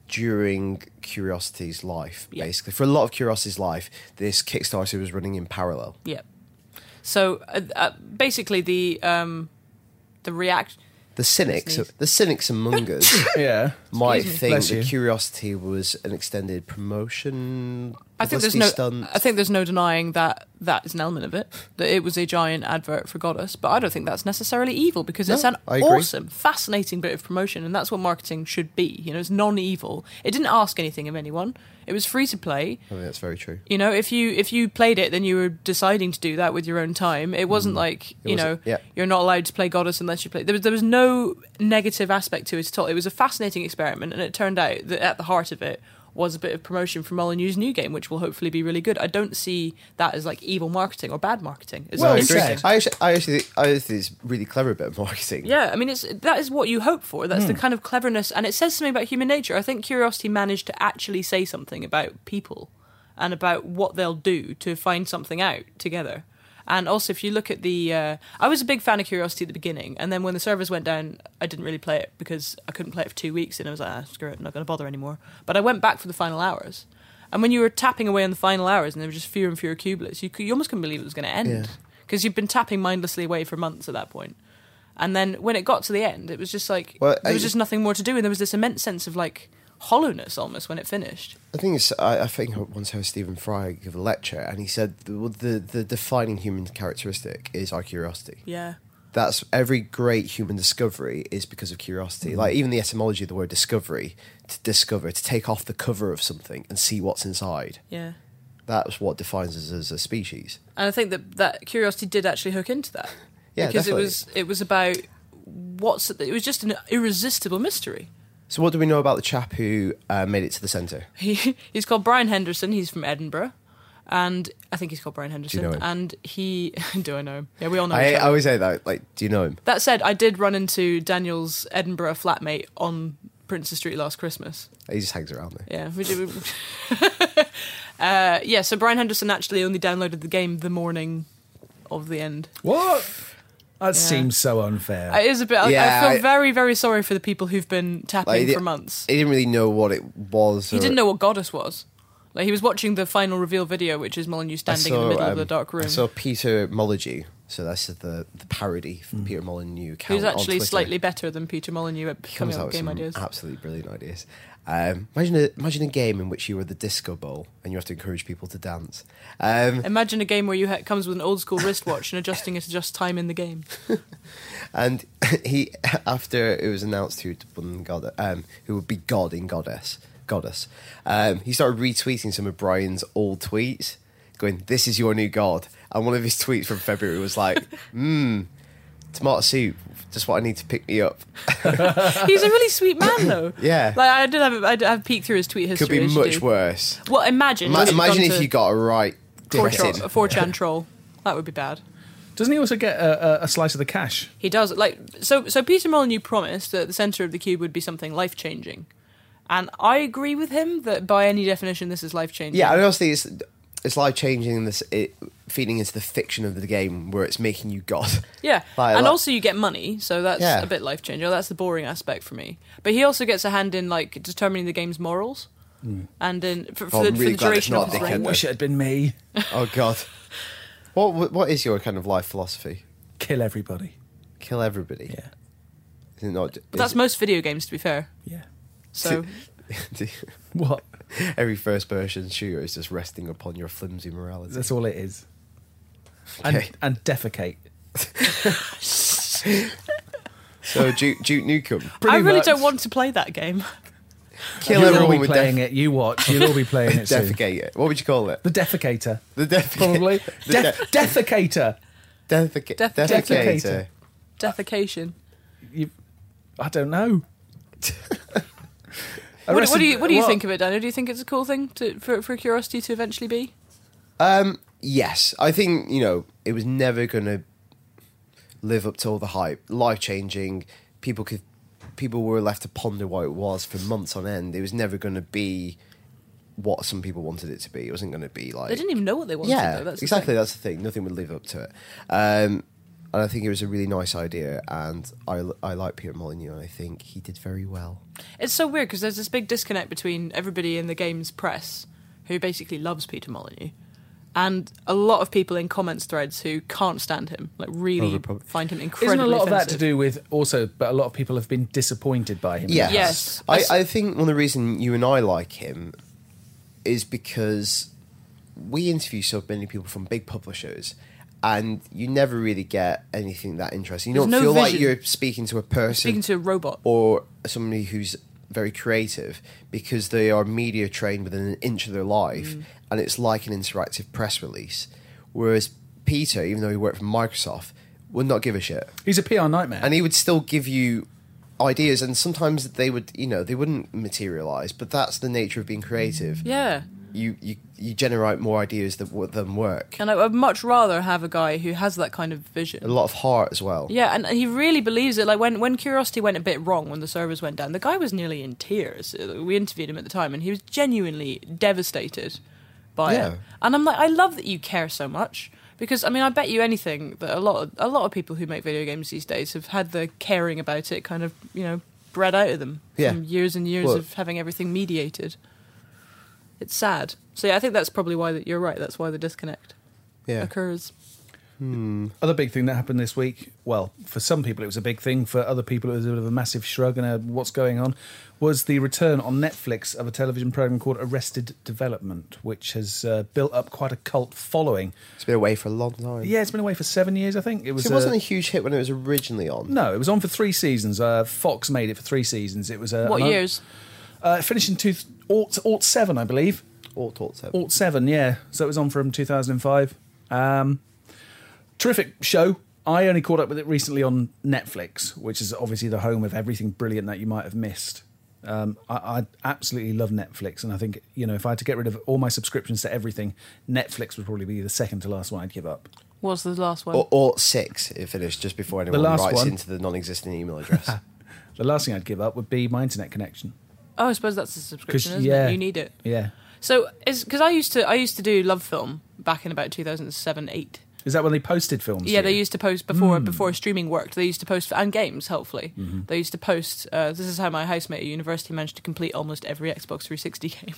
[SPEAKER 2] during Curiosity's life,
[SPEAKER 3] Yeah.
[SPEAKER 2] basically. For a lot of Curiosity's life, this Kickstarter was running in parallel.
[SPEAKER 3] Yep. So uh, uh, basically, the um, the react.
[SPEAKER 2] The cynics,
[SPEAKER 3] Sneeze.
[SPEAKER 2] the cynics among us
[SPEAKER 1] yeah.
[SPEAKER 2] might think
[SPEAKER 1] Bless
[SPEAKER 2] that
[SPEAKER 1] you.
[SPEAKER 2] Curiosity was an extended promotion.
[SPEAKER 3] I think there's
[SPEAKER 2] publicity
[SPEAKER 3] no. uh,
[SPEAKER 2] stunt.
[SPEAKER 3] I think there's no denying that that is an element of it. That it was a giant advert for Goddess, but I don't think that's necessarily evil because it's
[SPEAKER 2] No,
[SPEAKER 3] an
[SPEAKER 2] I agree.
[SPEAKER 3] awesome, fascinating bit of promotion, and that's what marketing should be. You know, it's non-evil. It didn't ask anything of anyone. It was free to play.
[SPEAKER 2] I think that's very true.
[SPEAKER 3] You know, if you if you played it, then you were deciding to do that with your own time. It wasn't like you know
[SPEAKER 2] Mm. wasn't- yeah.
[SPEAKER 3] you're not allowed to play Goddess unless you play. There was there was no negative aspect to it at all. It was a fascinating experiment, and it turned out that at the heart of it was a bit of promotion for Molyneux's new game, which will hopefully be really good. I don't see that as like evil marketing or bad marketing. It's
[SPEAKER 1] Well
[SPEAKER 3] very
[SPEAKER 1] said.
[SPEAKER 3] interesting.
[SPEAKER 2] I actually, I actually, think, I think it's a really clever bit of marketing.
[SPEAKER 3] Yeah, I mean, it's that is what you hope for. That's the kind of cleverness, and it says something about human nature. I think curiosity managed to actually say something about people and about what they'll do to find something out together. And also, if you look at the, uh, I was a big fan of Curiosity at the beginning, and then when the servers went down, I didn't really play it because I couldn't play it for two weeks, and I was like, ah, screw it, I'm not going to bother anymore. But I went back for the final hours, and when you were tapping away on the final hours, and there were just fewer and fewer cubelets, you, cou- you almost couldn't believe it was going to
[SPEAKER 2] Yeah.
[SPEAKER 3] end because you'd been tapping mindlessly away for months at that point. And then when it got to the end, it was just like
[SPEAKER 2] Well,
[SPEAKER 3] there was
[SPEAKER 2] I-
[SPEAKER 3] just nothing more to do, and there was this immense sense of like hollowness almost when it finished.
[SPEAKER 2] I think it's, I, I think I once heard Stephen Fry give a lecture, and he said the, the the defining human characteristic is our curiosity.
[SPEAKER 3] Yeah,
[SPEAKER 2] That's every great human discovery is because of curiosity.
[SPEAKER 1] Mm-hmm.
[SPEAKER 2] Like even the etymology of the word discovery, to discover, to take off the cover of something and see what's inside.
[SPEAKER 3] yeah.
[SPEAKER 2] That's what defines us as a species.
[SPEAKER 3] And I think that that curiosity did actually hook into that.
[SPEAKER 2] Yeah,
[SPEAKER 3] because
[SPEAKER 2] definitely.
[SPEAKER 3] it was it was about what's it was just an irresistible mystery.
[SPEAKER 2] So what do we know about the chap who uh, made it to the center?
[SPEAKER 3] He, he's called Brian Henderson. He's from Edinburgh, and I think he's called Brian Henderson.
[SPEAKER 2] know him?
[SPEAKER 3] And he do I know him? Yeah, we all know.
[SPEAKER 2] I, I
[SPEAKER 3] each other.
[SPEAKER 2] always say that. Like, do you know him?
[SPEAKER 3] That said, I did run into Daniel's Edinburgh flatmate on Princess Street last Christmas.
[SPEAKER 2] He just hangs around there.
[SPEAKER 3] Yeah, we do. uh, yeah, so Brian Henderson actually only downloaded the game the morning of the end.
[SPEAKER 1] What? That
[SPEAKER 3] Yeah.
[SPEAKER 1] seems so unfair.
[SPEAKER 3] It is a bit. I-
[SPEAKER 2] Yeah,
[SPEAKER 3] I feel
[SPEAKER 2] I-
[SPEAKER 3] very, very sorry for the people who've been tapping
[SPEAKER 2] Like,
[SPEAKER 3] for
[SPEAKER 2] the-
[SPEAKER 3] months.
[SPEAKER 2] He didn't really know what it was.
[SPEAKER 3] He
[SPEAKER 2] or-
[SPEAKER 3] didn't know what Goddess was. Like he was watching the final reveal video, which is Molyneux
[SPEAKER 2] I
[SPEAKER 3] standing in the middle
[SPEAKER 2] um,
[SPEAKER 3] of the dark room,
[SPEAKER 2] I saw Peter Molyneux. So that's the the parody from Peter Molyneux. account
[SPEAKER 3] who's
[SPEAKER 2] on
[SPEAKER 3] actually
[SPEAKER 2] Twitter.
[SPEAKER 3] slightly better than Peter Molyneux at
[SPEAKER 2] He
[SPEAKER 3] coming
[SPEAKER 2] comes
[SPEAKER 3] up
[SPEAKER 2] out
[SPEAKER 3] with
[SPEAKER 2] with
[SPEAKER 3] game
[SPEAKER 2] some
[SPEAKER 3] ideas.
[SPEAKER 2] absolutely brilliant ideas. Um, imagine a imagine a game in which you are the disco ball and you have to encourage people to dance. Um,
[SPEAKER 3] Imagine a game where you ha- comes with an old school wristwatch and adjusting it to just time in the game.
[SPEAKER 2] and he after it was announced who won God, um, who would be God in Goddess Goddess, um, he started retweeting some of Brian's old tweets, going, "This is your new God." And one of his tweets from February was like, "Hmm, tomato soup, just what I need to pick me up."
[SPEAKER 3] He's a really sweet man, though.
[SPEAKER 2] Yeah.
[SPEAKER 3] like I did have, I did have peeked through his tweet
[SPEAKER 2] Could
[SPEAKER 3] history.
[SPEAKER 2] be
[SPEAKER 3] as you
[SPEAKER 2] much
[SPEAKER 3] do.
[SPEAKER 2] worse.
[SPEAKER 3] Well, imagine.
[SPEAKER 2] Ma-
[SPEAKER 3] if you'd
[SPEAKER 2] imagine
[SPEAKER 3] gone
[SPEAKER 2] if
[SPEAKER 3] to-
[SPEAKER 2] you got a right
[SPEAKER 3] Four
[SPEAKER 2] Depressing.
[SPEAKER 3] chan, four chan troll. That would be bad.
[SPEAKER 1] Doesn't he also get a, a, a slice of the cash?
[SPEAKER 3] He does like so. So Peter Molyneux promised that the center of the cube would be something life changing, and I agree with him that by any definition, this is life changing.
[SPEAKER 2] Yeah, and honestly, it's it's life changing. This it, feeding into the fiction of the game where it's making you god.
[SPEAKER 3] Yeah,
[SPEAKER 2] Like,
[SPEAKER 3] and
[SPEAKER 2] like-
[SPEAKER 3] also you get money, so that's
[SPEAKER 2] Yeah.
[SPEAKER 3] a bit life changing. That's the boring aspect for me. But he also gets a hand in like determining the game's morals,
[SPEAKER 1] Mm.
[SPEAKER 3] and in for, for,
[SPEAKER 2] Well,
[SPEAKER 3] the,
[SPEAKER 2] I'm
[SPEAKER 3] for
[SPEAKER 2] really
[SPEAKER 3] the
[SPEAKER 2] glad it's
[SPEAKER 3] duration
[SPEAKER 2] not
[SPEAKER 3] of his
[SPEAKER 2] a dickhead,
[SPEAKER 3] reign.
[SPEAKER 2] though.
[SPEAKER 1] Wish it had been me.
[SPEAKER 2] oh god, what what is your kind of life philosophy?
[SPEAKER 1] Kill everybody.
[SPEAKER 2] Kill everybody.
[SPEAKER 1] Yeah.
[SPEAKER 2] Is it not?
[SPEAKER 3] But that's most video games, to be fair.
[SPEAKER 1] Yeah.
[SPEAKER 3] So
[SPEAKER 1] What?
[SPEAKER 2] Every first person shooter is just resting upon your flimsy morality.
[SPEAKER 1] That's all it is. And
[SPEAKER 2] Okay.
[SPEAKER 1] and defecate.
[SPEAKER 2] So Duke, Duke Nukem,
[SPEAKER 3] I
[SPEAKER 1] Pretty
[SPEAKER 3] really
[SPEAKER 1] much.
[SPEAKER 3] don't want to play that game.
[SPEAKER 2] kill
[SPEAKER 1] You'll all
[SPEAKER 2] everyone
[SPEAKER 1] be
[SPEAKER 2] with
[SPEAKER 1] playing
[SPEAKER 2] def-
[SPEAKER 1] it. You watch. You'll all be playing it soon.
[SPEAKER 2] defecate it. What would you call it?
[SPEAKER 1] The defecator.
[SPEAKER 2] The defecate.
[SPEAKER 1] Probably.
[SPEAKER 2] The
[SPEAKER 1] Def- defecator.
[SPEAKER 2] defeca-
[SPEAKER 3] Def-
[SPEAKER 1] defecator.
[SPEAKER 2] defecator.
[SPEAKER 3] Defecation.
[SPEAKER 1] You, I don't know.
[SPEAKER 3] What, what do you What do you
[SPEAKER 1] Arrested-
[SPEAKER 3] think of it, Daniel? Do you think it's a cool thing to, for for curiosity to eventually be?
[SPEAKER 2] Um, yes, I think you know it was never going to live up to all the hype. Life changing. People could, people were left to ponder what it was for months on end. It was never going to be what some people wanted it to be. It wasn't going to be like
[SPEAKER 3] They didn't even know what they wanted.
[SPEAKER 2] yeah,
[SPEAKER 3] though. That's the
[SPEAKER 2] exactly.
[SPEAKER 3] thing.
[SPEAKER 2] That's the thing. Nothing would live up to it. Um, and I think it was a really nice idea, and I, I like Peter Molyneux, and I think he did very well.
[SPEAKER 3] It's so weird because there's this big disconnect between everybody in the game's press who basically loves Peter Molyneux and a lot of people in comments threads who can't stand him, like really find him incredibly
[SPEAKER 1] Isn't a lot of that to
[SPEAKER 3] offensive.
[SPEAKER 1] do with also, but a lot of people have been disappointed by him.
[SPEAKER 2] Yes.
[SPEAKER 3] Yes.
[SPEAKER 2] I, I think one of the reason you and I like him is because we interview so many people from big publishers and you never really get anything that interesting. You
[SPEAKER 3] There's
[SPEAKER 2] don't
[SPEAKER 3] no
[SPEAKER 2] feel like
[SPEAKER 3] vision.
[SPEAKER 2] you're speaking to a person
[SPEAKER 3] Speaking to a robot.
[SPEAKER 2] or somebody who's very creative because they are media trained within an inch of their life
[SPEAKER 3] Mm.
[SPEAKER 2] and it's like an interactive press release. Whereas Peter, even though he worked for Microsoft, would not give a shit
[SPEAKER 1] He's a PR nightmare.
[SPEAKER 2] and he would still give you ideas and sometimes they would you know they wouldn't materialize but that's the nature of being creative
[SPEAKER 3] Yeah.
[SPEAKER 2] you you you generate more ideas that wo- than work
[SPEAKER 3] And I would much rather have a guy who has that kind of vision.
[SPEAKER 2] a lot of heart as well
[SPEAKER 3] Yeah, and he really believes it. Like when, when Curiosity went a bit wrong, when the servers went down, the guy was nearly in tears. Uh, We interviewed him at the time, and he was genuinely devastated by
[SPEAKER 2] Yeah.
[SPEAKER 3] it. And I'm like, I love that you care so much because I mean, I bet you anything that a lot of, a lot of people who make video games these days have had the caring about it kind of you know bred out of them
[SPEAKER 2] Yeah.
[SPEAKER 3] from years and years
[SPEAKER 2] Well-
[SPEAKER 3] of having everything mediated. It's sad. So yeah, I think that's probably why that you're right. That's why the disconnect
[SPEAKER 2] yeah
[SPEAKER 3] occurs.
[SPEAKER 1] Other big thing that happened this week, well, for some people it was a big thing, for other people it was a bit of a massive shrug and a what's going on, was the return on Netflix of a television program called Arrested Development, which has uh, built up quite a cult following.
[SPEAKER 2] it's been away for a long time
[SPEAKER 1] Yeah, it's been away for seven years, I think. It was.
[SPEAKER 2] so it wasn't
[SPEAKER 1] uh,
[SPEAKER 2] a huge hit when it was originally on
[SPEAKER 1] no, it was on for three seasons. Uh, Fox made it for three seasons. It was
[SPEAKER 2] Uh-huh.
[SPEAKER 1] uh,
[SPEAKER 3] What
[SPEAKER 1] an-
[SPEAKER 3] years?
[SPEAKER 1] Uh, it finished in two, aught, aught seven, I believe.
[SPEAKER 2] all sorts of
[SPEAKER 1] Alt Seven, yeah. So it was on from 2005. Um, terrific show. I only caught up with it recently on Netflix, which is obviously the home of everything brilliant that you might have missed. Um, I, I absolutely love Netflix, and I think you know if I had to get rid of all my subscriptions to everything, Netflix would probably be the second to last one I'd give up.
[SPEAKER 3] What's the last one?
[SPEAKER 2] or, or six it finished just before anyone
[SPEAKER 1] last
[SPEAKER 2] writes
[SPEAKER 1] one.
[SPEAKER 2] into the non-existent email address
[SPEAKER 1] The last thing I'd give up would be my internet connection.
[SPEAKER 3] Oh, I suppose that's a subscription, isn't
[SPEAKER 1] yeah,
[SPEAKER 3] it? You need it.
[SPEAKER 1] Yeah,
[SPEAKER 3] So, is because I used to I used to do love film back in about two thousand seven eight.
[SPEAKER 1] is that when they posted films?
[SPEAKER 3] Yeah,
[SPEAKER 1] to
[SPEAKER 3] they
[SPEAKER 1] you?
[SPEAKER 3] used to post
[SPEAKER 2] Hmm.
[SPEAKER 3] before before streaming worked. They used to post and games. Helpfully,
[SPEAKER 2] Mm-hmm.
[SPEAKER 3] they used to post. Uh, this is how my housemate at university managed to complete almost every Xbox 360 game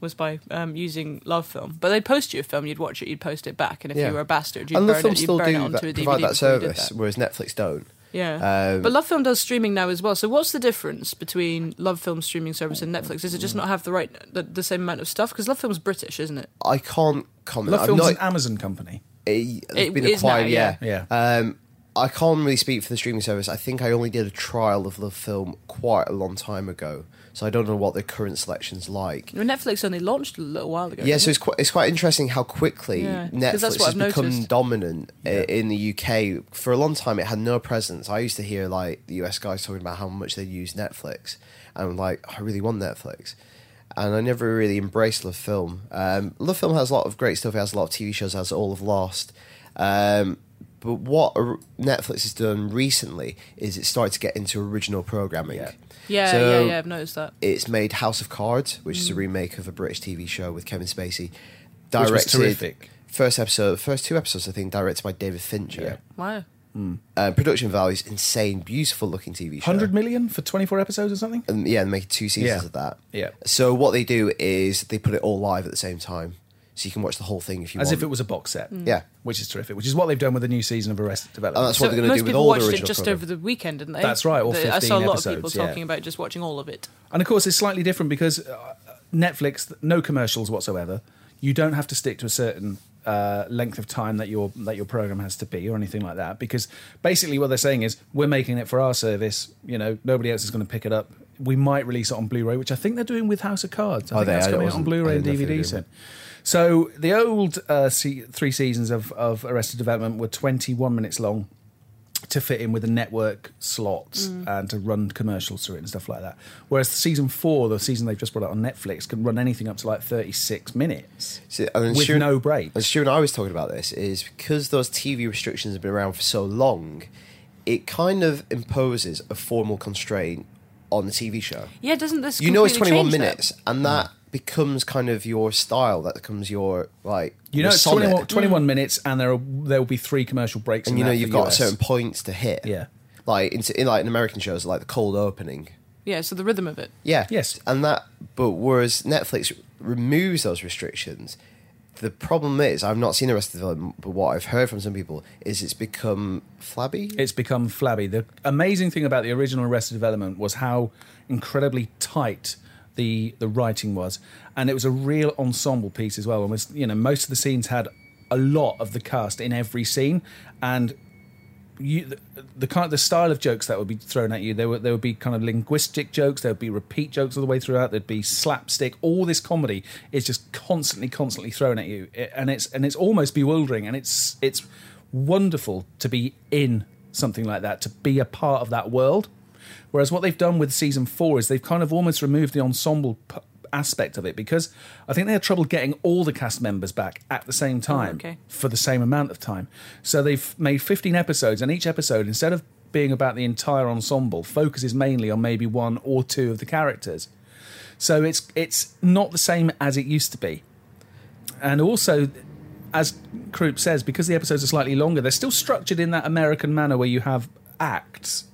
[SPEAKER 3] was by um, using Love Film. But they'd post you a film, you'd watch it, you'd post it back, and if
[SPEAKER 2] Yeah.
[SPEAKER 3] you were a bastard, you'd
[SPEAKER 2] and
[SPEAKER 3] burn
[SPEAKER 2] Love Film
[SPEAKER 3] it, you'd
[SPEAKER 2] still
[SPEAKER 3] burn it
[SPEAKER 2] do
[SPEAKER 3] onto
[SPEAKER 2] that,
[SPEAKER 3] a DVD.
[SPEAKER 2] provide that
[SPEAKER 3] before you did
[SPEAKER 2] service
[SPEAKER 3] that.
[SPEAKER 2] whereas Netflix don't
[SPEAKER 3] Yeah.
[SPEAKER 2] Um,
[SPEAKER 3] but Love Film does streaming now as well. So what's the difference between Love Film streaming service and Netflix? Is it
[SPEAKER 2] Mm.
[SPEAKER 3] just not have the right the, the same amount of stuff? Because Love Film's British, isn't it?
[SPEAKER 2] I can't comment
[SPEAKER 1] Love
[SPEAKER 2] I'm
[SPEAKER 1] Films
[SPEAKER 2] not-
[SPEAKER 1] is an Amazon company.
[SPEAKER 2] it,
[SPEAKER 3] It
[SPEAKER 2] it's been
[SPEAKER 3] is
[SPEAKER 2] acquired.
[SPEAKER 3] now,
[SPEAKER 2] yeah,
[SPEAKER 3] yeah.
[SPEAKER 2] Um, I can't really speak for the streaming service. I think I only did a trial of the film quite a long time ago, so I don't know what the current selection's like.
[SPEAKER 3] I mean, Netflix only launched a little while ago.
[SPEAKER 2] Yeah,
[SPEAKER 3] didn't
[SPEAKER 2] so it's quite it's quite interesting how quickly
[SPEAKER 3] Yeah, 'cause that's
[SPEAKER 2] Netflix
[SPEAKER 3] what
[SPEAKER 2] has
[SPEAKER 3] I've
[SPEAKER 2] become
[SPEAKER 3] noticed.
[SPEAKER 2] dominant i in the UK. For a long time, it had no presence. I used to hear like the US guys talking about how much they use Netflix, and I'm like, I really want Netflix. and I never really embraced Love Film. Um, Love Film has a lot of great stuff. It has a lot of TV shows. Has all of Lost. Um, but what or- Netflix has done recently is it started to get into original programming.
[SPEAKER 1] Yeah.
[SPEAKER 3] Yeah,
[SPEAKER 2] So-
[SPEAKER 3] yeah, yeah. I've noticed that.
[SPEAKER 2] It's made House of Cards, which is a remake of a British TV show with Kevin Spacey.
[SPEAKER 1] was
[SPEAKER 2] Directed
[SPEAKER 1] terrific.
[SPEAKER 2] First episode, first two episodes, I think, directed by David Fincher.
[SPEAKER 3] Wow.
[SPEAKER 2] Uh, production value is insane, beautiful looking TV show.
[SPEAKER 1] Hundred million for twenty four episodes or something.
[SPEAKER 2] and yeah, they make two seasons
[SPEAKER 1] Yeah.
[SPEAKER 2] of that.
[SPEAKER 1] Yeah.
[SPEAKER 2] So what they do is they put it all live at the same time, so you can watch the whole thing if you
[SPEAKER 1] As
[SPEAKER 2] want.
[SPEAKER 1] if it was a box set.
[SPEAKER 2] yeah.
[SPEAKER 1] Which is terrific. Which is what they've done with the new season of Arrested Development.
[SPEAKER 2] And that's
[SPEAKER 3] So
[SPEAKER 2] what they're going to
[SPEAKER 3] most
[SPEAKER 2] do with
[SPEAKER 3] people
[SPEAKER 2] all the
[SPEAKER 3] watched it
[SPEAKER 2] original.
[SPEAKER 3] just
[SPEAKER 2] programming.
[SPEAKER 3] over the weekend, didn't they?
[SPEAKER 1] That's right, all
[SPEAKER 3] The- I saw a
[SPEAKER 1] 15
[SPEAKER 3] lot of people
[SPEAKER 1] episodes, yeah.
[SPEAKER 3] talking about just watching all of it.
[SPEAKER 1] And of course, it's slightly different because uh, Netflix, th- no commercials whatsoever. You don't have to stick to a certain uh, length of time that your that your program has to be or anything like that. Because basically, what they're saying is we're making it for our service. You know, nobody else is going to pick it up. We might release it on Blu-ray, which I think they're doing with House of Cards. I think
[SPEAKER 2] Are Oh, they?
[SPEAKER 1] that's
[SPEAKER 2] I
[SPEAKER 1] coming out on
[SPEAKER 2] wasn't-
[SPEAKER 1] Blu-ray
[SPEAKER 2] I
[SPEAKER 1] and
[SPEAKER 2] didn't know if they were
[SPEAKER 1] DVD soon.
[SPEAKER 2] doing
[SPEAKER 1] So the old uh, se- three seasons of, of Arrested Development were 21 minutes long to fit in with the network slots and to run commercials through it and stuff like that. Whereas season four, the season they've just brought out on Netflix, can run anything up to like 36 minutes
[SPEAKER 2] See, and
[SPEAKER 1] with
[SPEAKER 2] Stuart-
[SPEAKER 1] no break.
[SPEAKER 2] And Stu and I was talking about this is because those TV restrictions have been around for so long, it kind of imposes a formal constraint on the TV show.
[SPEAKER 3] Yeah, doesn't this
[SPEAKER 2] You know, it's
[SPEAKER 3] completely
[SPEAKER 2] 21
[SPEAKER 3] change that?
[SPEAKER 2] minutes, and that becomes kind of your style. That becomes your like
[SPEAKER 1] You know,
[SPEAKER 2] your
[SPEAKER 1] it's
[SPEAKER 2] sonnet.
[SPEAKER 1] 21, 21 minutes and there, are, there will be three commercial breaks.
[SPEAKER 2] and
[SPEAKER 1] in
[SPEAKER 2] you know
[SPEAKER 1] that
[SPEAKER 2] you've
[SPEAKER 1] for
[SPEAKER 2] got
[SPEAKER 1] US.
[SPEAKER 2] certain points to hit.
[SPEAKER 1] Yeah.
[SPEAKER 2] like in, in like in American shows, like the cold opening.
[SPEAKER 3] Yeah, so the rhythm of it.
[SPEAKER 2] Yeah.
[SPEAKER 1] Yes.
[SPEAKER 2] And that, but whereas Netflix removes those restrictions, the problem is I've not seen the rest of the film, but what I've heard from some people is it's become flabby.
[SPEAKER 1] it's become flabby. The amazing thing about the original Arrested Development was how incredibly tight the the writing was, and it was a real ensemble piece as well. And was you know most of the scenes had a lot of the cast in every scene, and you the, the kind the style of jokes that would be thrown at you there were there would be kind of linguistic jokes there would be repeat jokes all the way throughout there'd be slapstick all this comedy is just constantly constantly thrown at you It- and it's and it's almost bewildering and it's it's wonderful to be in something like that to be a part of that world whereas what they've done with season 4 is they've kind of almost removed the ensemble p- aspect of it because I think they had trouble getting all the cast members back at the same time
[SPEAKER 3] okay.
[SPEAKER 1] for the same amount of time. So they've made 15 episodes, and each episode, instead of being about the entire ensemble, focuses mainly on maybe one or two of the characters. So it's it's not the same as it used to be. And also, as Krupp says, because the episodes are slightly longer, they're still structured in that American manner where you have acts,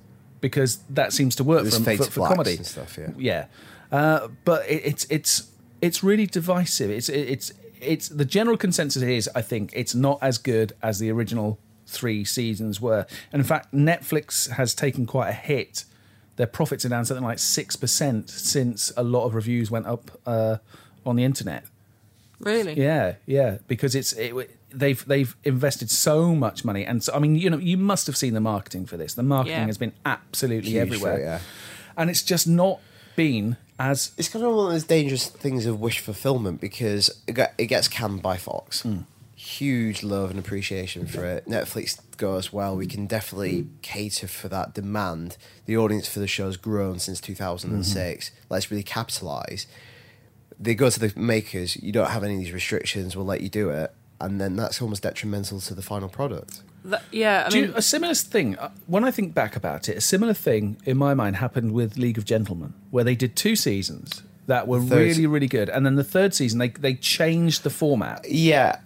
[SPEAKER 1] because that seems to work
[SPEAKER 2] There's
[SPEAKER 1] for,
[SPEAKER 2] fade
[SPEAKER 1] for,
[SPEAKER 2] to
[SPEAKER 1] for
[SPEAKER 2] blacks
[SPEAKER 1] comedy
[SPEAKER 2] and stuff, yeah.
[SPEAKER 1] yeah. Uh, but it, it's it's it's really divisive. It's it's it's the general consensus is I think it's not as good as the original three seasons were. And in fact, Netflix has taken quite a hit. Their profits are down something like six percent since a lot of reviews went up uh, on the internet.
[SPEAKER 3] Really?
[SPEAKER 1] Yeah, yeah, because it's it, they've they've invested so much money, and so, I mean, you know, you must have seen the marketing for this. The marketing
[SPEAKER 3] Yeah.
[SPEAKER 1] has been absolutely
[SPEAKER 2] Huge
[SPEAKER 1] everywhere,
[SPEAKER 2] for it, yeah.
[SPEAKER 1] and it's just not been as
[SPEAKER 2] It's kind of one of those dangerous things of wish fulfillment because it, get, it gets canned by Fox.
[SPEAKER 1] Hmm.
[SPEAKER 2] Huge love and appreciation for it. Netflix goes well. We can definitely cater for that demand. The audience for the show's grown since 2006.
[SPEAKER 1] Mm-hmm.
[SPEAKER 2] Let's really capitalize. They go to the makers. You don't have any of these restrictions. We'll let you do it, and then that's almost detrimental to the final product.
[SPEAKER 3] That- yeah, I
[SPEAKER 1] Do
[SPEAKER 3] mean,
[SPEAKER 1] you- a similar thing. uh, When I think back about it, a similar thing in my mind happened with League of Gentlemen, where they did two seasons that were
[SPEAKER 2] Third-
[SPEAKER 1] really, really good, and then the third season they they changed the format.
[SPEAKER 2] Yeah,